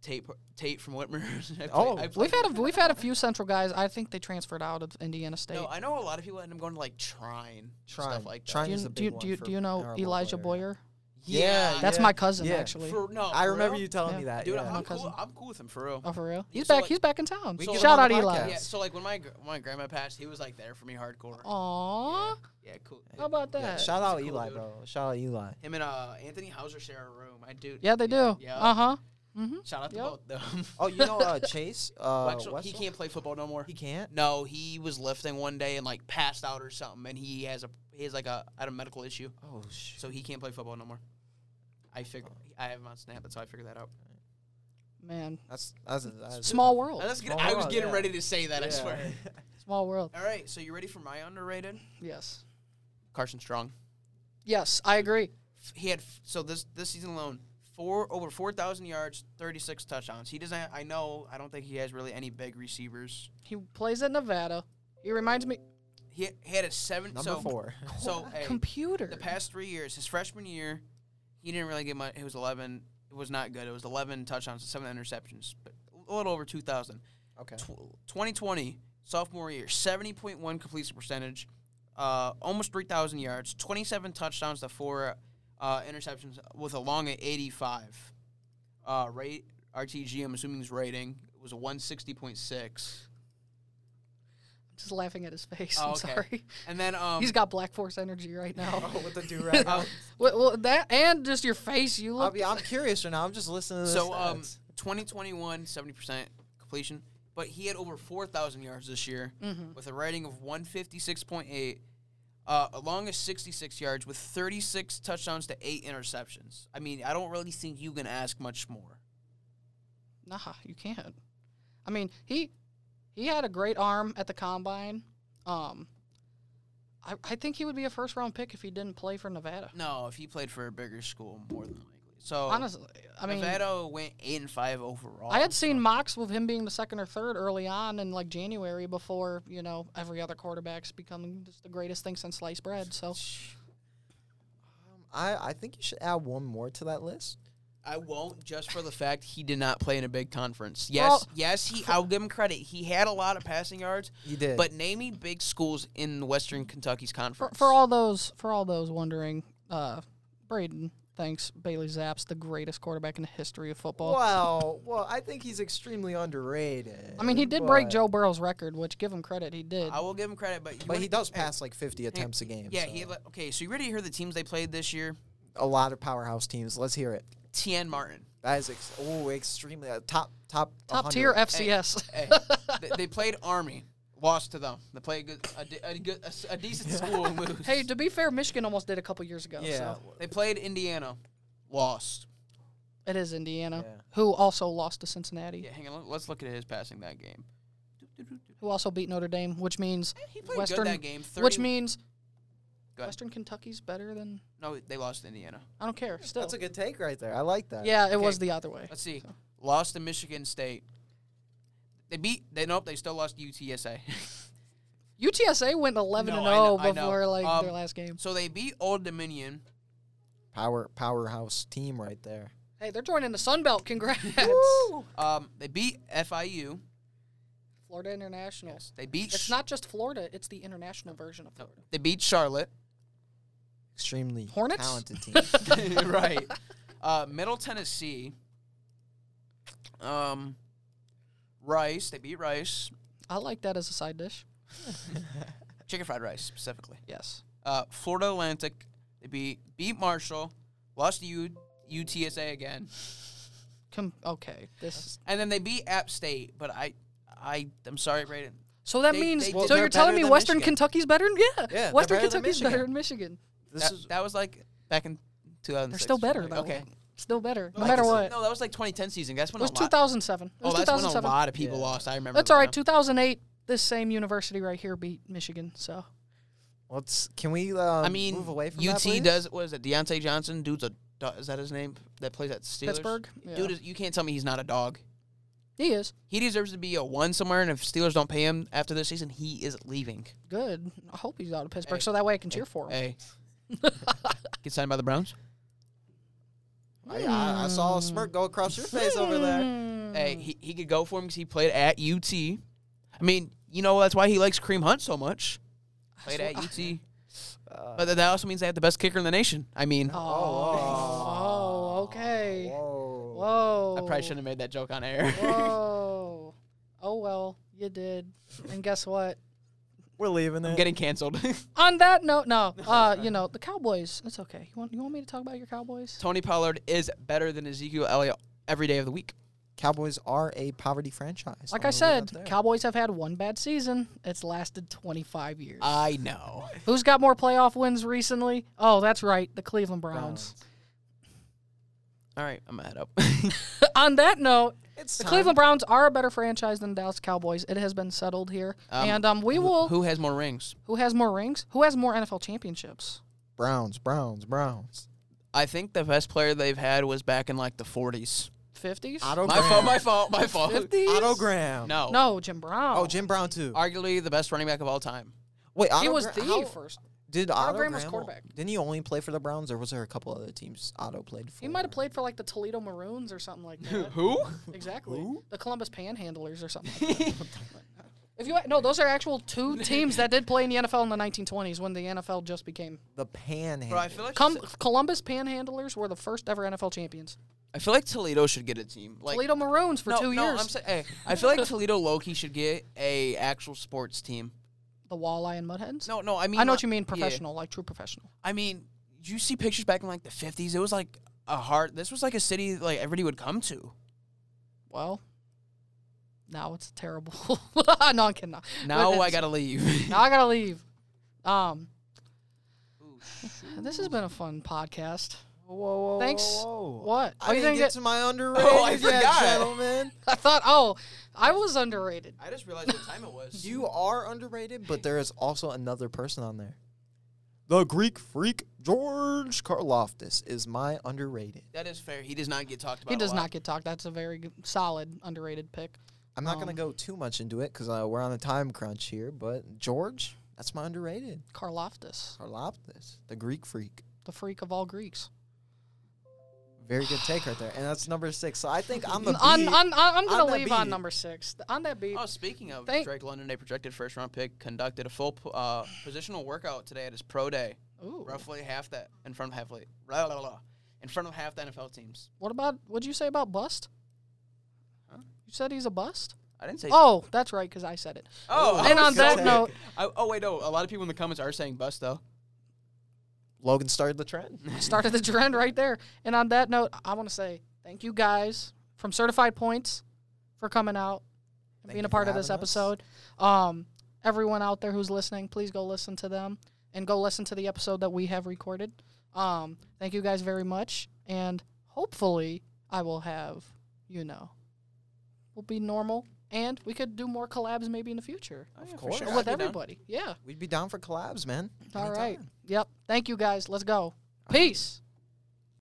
Tate, Par- Tate from Whitmer. I play-
Oh.
I play-
we've had a, we've had a few central guys. I think they transferred out of Indiana State.
No, I know a lot of people end up going to like Trine,
Trying.
stuff like that.
do
Trying
you,
is a
do
big
you,
one
do you,
for
do you know
our
Elijah
boy
Boyer?
Yeah,
That's
yeah.
my cousin
Yeah.
actually.
For, no,
I
for
remember
real?
you telling
Yeah.
me that.
Dude,
yeah.
I'm,
my cousin.
cool, I'm cool with him for real.
Oh, for real?
Yeah,
He's
so,
back.
like-
he's back in town.
We get
Shout
him on
out
the
Eli.
Yeah,
Yes. Oh.
so like when my gr- my grandma passed, he was like there for me hardcore.
Aw,
Yeah, cool.
how about
Yeah,
that? Yeah,
Shout out
He's a cool
Eli,
dude.
bro. Shout out Eli.
Him and uh, Anthony Hauser share a room. I do.
they do.
Yeah.
Uh huh. Mm-hmm.
Shout out to
Yep.
both them.
Oh, you know uh, Chase. Uh,
Well, actually, he
Wessel?
can't play football no more.
He can't.
No, he was lifting one day and like passed out or something, and he has a he has like a had a medical issue,
Oh shit.
so he can't play football no more. I figure I have him on Snap, that's how I figured that out.
Man,
That's that's, that's
small world.
That's good.
Small
I was
world,
getting
Oh, yeah.
ready to say that. I
Yeah.
swear.
Small world.
All right, so you ready for my underrated?
Yes.
Carson Strong.
Yes, I agree.
f- he had f- so this this season alone four over four thousand yards, thirty six touchdowns. He doesn't. I know. I don't think he has really any big receivers.
He plays at Nevada. He reminds me.
He, he had a seven.
Number
so,
four.
So hey,
computer.
the past three years, his freshman year, he didn't really get much. It was eleven. It was not good. It was eleven touchdowns and seven interceptions, but a little over two thousand.
Okay.
Tw- 2020 sophomore year 70.1 completion percentage uh, almost 3000 yards 27 touchdowns to four uh, interceptions with a long at 85 uh, rate rtg i'm assuming his rating was a 160.6
I'm just laughing at his face.
Oh,
I'm
okay.
sorry.
and then um
He's got black force energy right now.
Oh, with the do rag.
uh,
well, well, that and just your face. You
I'll
look.
be, I'm curious right now. I'm just listening to this.
so um 2021 70% completion but he had over 4000 yards this year
Mhm.
with a rating of 156.8 uh, along with 66 yards with 36 touchdowns to eight interceptions. I mean, I don't really think you can ask much more.
Nah, you can't. I mean, he he had a great arm at the combine. Um, I, I think he would be a first round pick if he didn't play for Nevada.
No, if he played for a bigger school, more than likely. So
Honestly, I mean,
Oh. Nevada went eight and five overall.
I had seen mocks with him being the second or third early on in like January before you know every other quarterback's becoming just the greatest thing since sliced bread. So
I, I think you should add one more to that list.
I won't just for the fact he did not play in a big conference. Yes,
Well-
yes, he. I'll give him credit. He had a lot of passing yards,
You did.
but naming big schools in the Western Kentucky's
for,
conference
for all those for all those wondering, uh, Braden thanks Bailey Zapp's the greatest quarterback in the history of football.
wow. Well, I think he's extremely underrated.
I mean, he did break
but-
Joe Burrow's record, which give him credit, he did.
I will give him credit, but you
But
wanna-
he does
hey,
pass like 50 attempts a game.
Yeah,
so.
he had, like- okay. So you ready to hear the teams they played this year?
a lot of powerhouse teams. Let's hear it.
Tien Martin.
That is ex- oh extremely uh, top top
Top
100.
tier FCS.
Hey, they, they played Army, lost to them. They played a good, a, de- a, good, a, s- a decent school and lose.
Hey, to be fair, Michigan almost did a couple years ago.
Yeah.
So
they played Indiana, lost.
it is Indiana,
Yeah.
who also lost to Cincinnati,
Yeah, hang on. let- Let's look at his passing that game.
who also beat Notre Dame, which means
He played
Western-
good that game. 30,
which means
Go ahead.
Western Kentucky's better than
no, they lost to Indiana.
I don't care. Still,
That's a good take right there. I like that.
yeah, it
Okay.
was the other way.
Let's see.
So.
Lost to Michigan State. They beat. They nope. They still lost to UTSA.
UTSA went eleven
No,
and
I
zero
know- I know.
before like
Um,
their last game.
so they beat Old Dominion.
Power powerhouse team right there.
Hey, they're joining the Sun Belt. Congrats,
Um, they beat FIU.
Florida International.
They beat.
It's
Sh-
not just Florida; it's the international version of Florida.
They beat Charlotte.
Extremely
Hornets?
talented team.
right. Uh, Middle Tennessee. Um, rice. They beat rice.
I like that as a side dish.
Chicken fried rice specifically.
Yes.
Uh, Florida Atlantic. They beat beat Marshall. Lost to U- UTSA again,
Com- okay. This.
and then they beat App State. But I, I, I'm sorry, Braden.
So that
They-
means.
they-
so
Well,
they're
you're telling
better
me
than
Western
Michigan.
Kentucky's better? than- Yeah.
they're
Western
better than
Kentucky's
Michigan.
better than Michigan.
This
That,
is
that was like back in 2000.
They're still better though.
Okay.
Still better, no
Like,
matter
this-
what.
No, that was like 2010 season. That's when
it was
a lot.
2007. It was
oh, that's when a
2007.
lot of people
Yeah.
lost. I remember.
That's
that
all
now.
right. 2008. This same university right here beat Michigan. So
let's can we um,
I mean,
move away from
UT
that, please?
does what is it? Deontay Johnson, dude's a do- is that his name that plays at Steelers?
Pittsburgh. Yeah.
Dude, is, you can't tell me he's not a dog.
he is
He deserves to be a one somewhere, and if Steelers don't pay him after this season, he is leaving.
good. I hope he's out of Pittsburgh
Hey,
so that way I can cheer for him.
Hey, get signed by the Browns.
I, I, I saw a smirk go across your face over there.
Hmm.
Hey, he, he could go for him because he played at UT. I mean, you know that's why he likes Cream Hunt so much. Played at UT,
Uh,
but that also means they have the best kicker in the nation. I mean,
Oh,
Oh.
oh, okay.
whoa.
Whoa.
I probably shouldn't have made that joke on air.
Whoa. Oh well, you did. And guess what?
We're leaving
I'm
it.
getting canceled.
On that note, no. Uh, you know, the Cowboys. It's okay. You want you want me to talk about your Cowboys?
Tony Pollard is better than Ezekiel Elliott every day of the week.
Cowboys are a poverty franchise.
Like
I'm
I
gonna leave
said,
that there.
Cowboys have had one bad season. It's lasted 25 years.
I know.
Who's got more playoff wins recently? Oh, that's right, the Cleveland Browns.
All right, I'm gonna head up.
On that note,
It's
the
time.
Cleveland Browns are a better franchise than the Dallas Cowboys. It has been settled here.
Um,
and um, we
Who-
will.
Who has more rings?
who has more rings? Who has more NFL championships?
Browns, Browns, Browns.
I think the best player they've had was back in like the 40s.
50s?
Otto
My
Graham.
fault. My fault. My fault.
50s?
Otto Graham.
No.
Oh, No, Jim Brown.
Oh, Jim Brown too.
Arguably the best running back of all time.
Wait, Otto
He was
Gra-
the
how-
first.
Did Otto,
Graham
Graham
was quarterback.
Didn't he only play for the Browns, or was there a couple other teams Otto played for?
He might have played for like the Toledo Maroons or something like that.
Who?
Exactly.
Who?
The Columbus Panhandlers or something. Like that. if you no, those are actual two teams that did play in the NFL in the 1920s when the NFL just became.
the Panhandle.
Bro, I feel like
Com- Columbus Panhandlers were the first ever NFL champions.
I feel like Toledo should get a team. Like
Toledo Maroons for
no,
two
no,
years.
I'm saying, hey, I feel like Toledo Loki should get a actual sports team.
the Walleye and Mudheads.
No, no, I mean
I know what
like-
you mean,
yeah.
professional, like true professional.
I mean, did you see pictures back in like the 50s. It was like a hard. This was like a city like everybody would come to.
Well, now it's terrible. no, I'm kidding. No.
Now
But
I
it's-
gotta leave.
Now I gotta leave. Um, this has been a fun podcast.
Whoa, whoa,
Thanks. What?
I
you
didn't
think
get
it-
to my underrated
Oh, I
yet,
forgot.
gentlemen.
I thought, oh, I was underrated.
I just realized what time it was.
You are underrated, but there is also another person on there. The Greek freak George Karloftis is my underrated.
That is fair. He does not get talked about.
He
a
does
lot.
not get talked. That's a very good, solid, underrated pick.
I'm not
Um,
gonna go too much into it because uh, we're on a time crunch here. But George, that's my underrated
Karloftis,
Karloftis, the Greek freak.
the freak of all Greeks.
Very good take right there, and that's number six. So I think I'm the
On, on,
beat.
on, I'm going
On
to
that
leave on
beat.
number six. Th- On that beat,
Oh, speaking of
Thank-
Drake London, a projected first round pick, conducted a full p- uh, positional workout today at his pro day.
ooh,
Roughly half that in front of half la- blah, blah, blah, in front of half the NFL teams.
what about, what'd you say about bust?
Huh?
You said he's a bust?
I didn't say.
Oh, that's right, because I said it.
oh I
and
was
on
so
that
good.
note,
I, oh wait, no. A lot of people in the comments are saying bust though. Oh,
Logan started the trend.
started the trend right there. And on that note, I want to say thank you guys from Certified Points for coming out and
Thank
being
you
a
for
part of this
having us.
episode. Um, everyone out there who's listening, please go listen to them and go listen to the episode that we have recorded. Um, thank you guys very much. And hopefully, I will have, you know, will be normal. And we could do more collabs maybe in the future
Oh,
Of
yeah, for
course.
sure.
I'd
with
be down.
everybody. Yeah.
We'd be down for collabs, man.
All right.
Anytime.
Yep. Thank you guys. Let's go. Peace.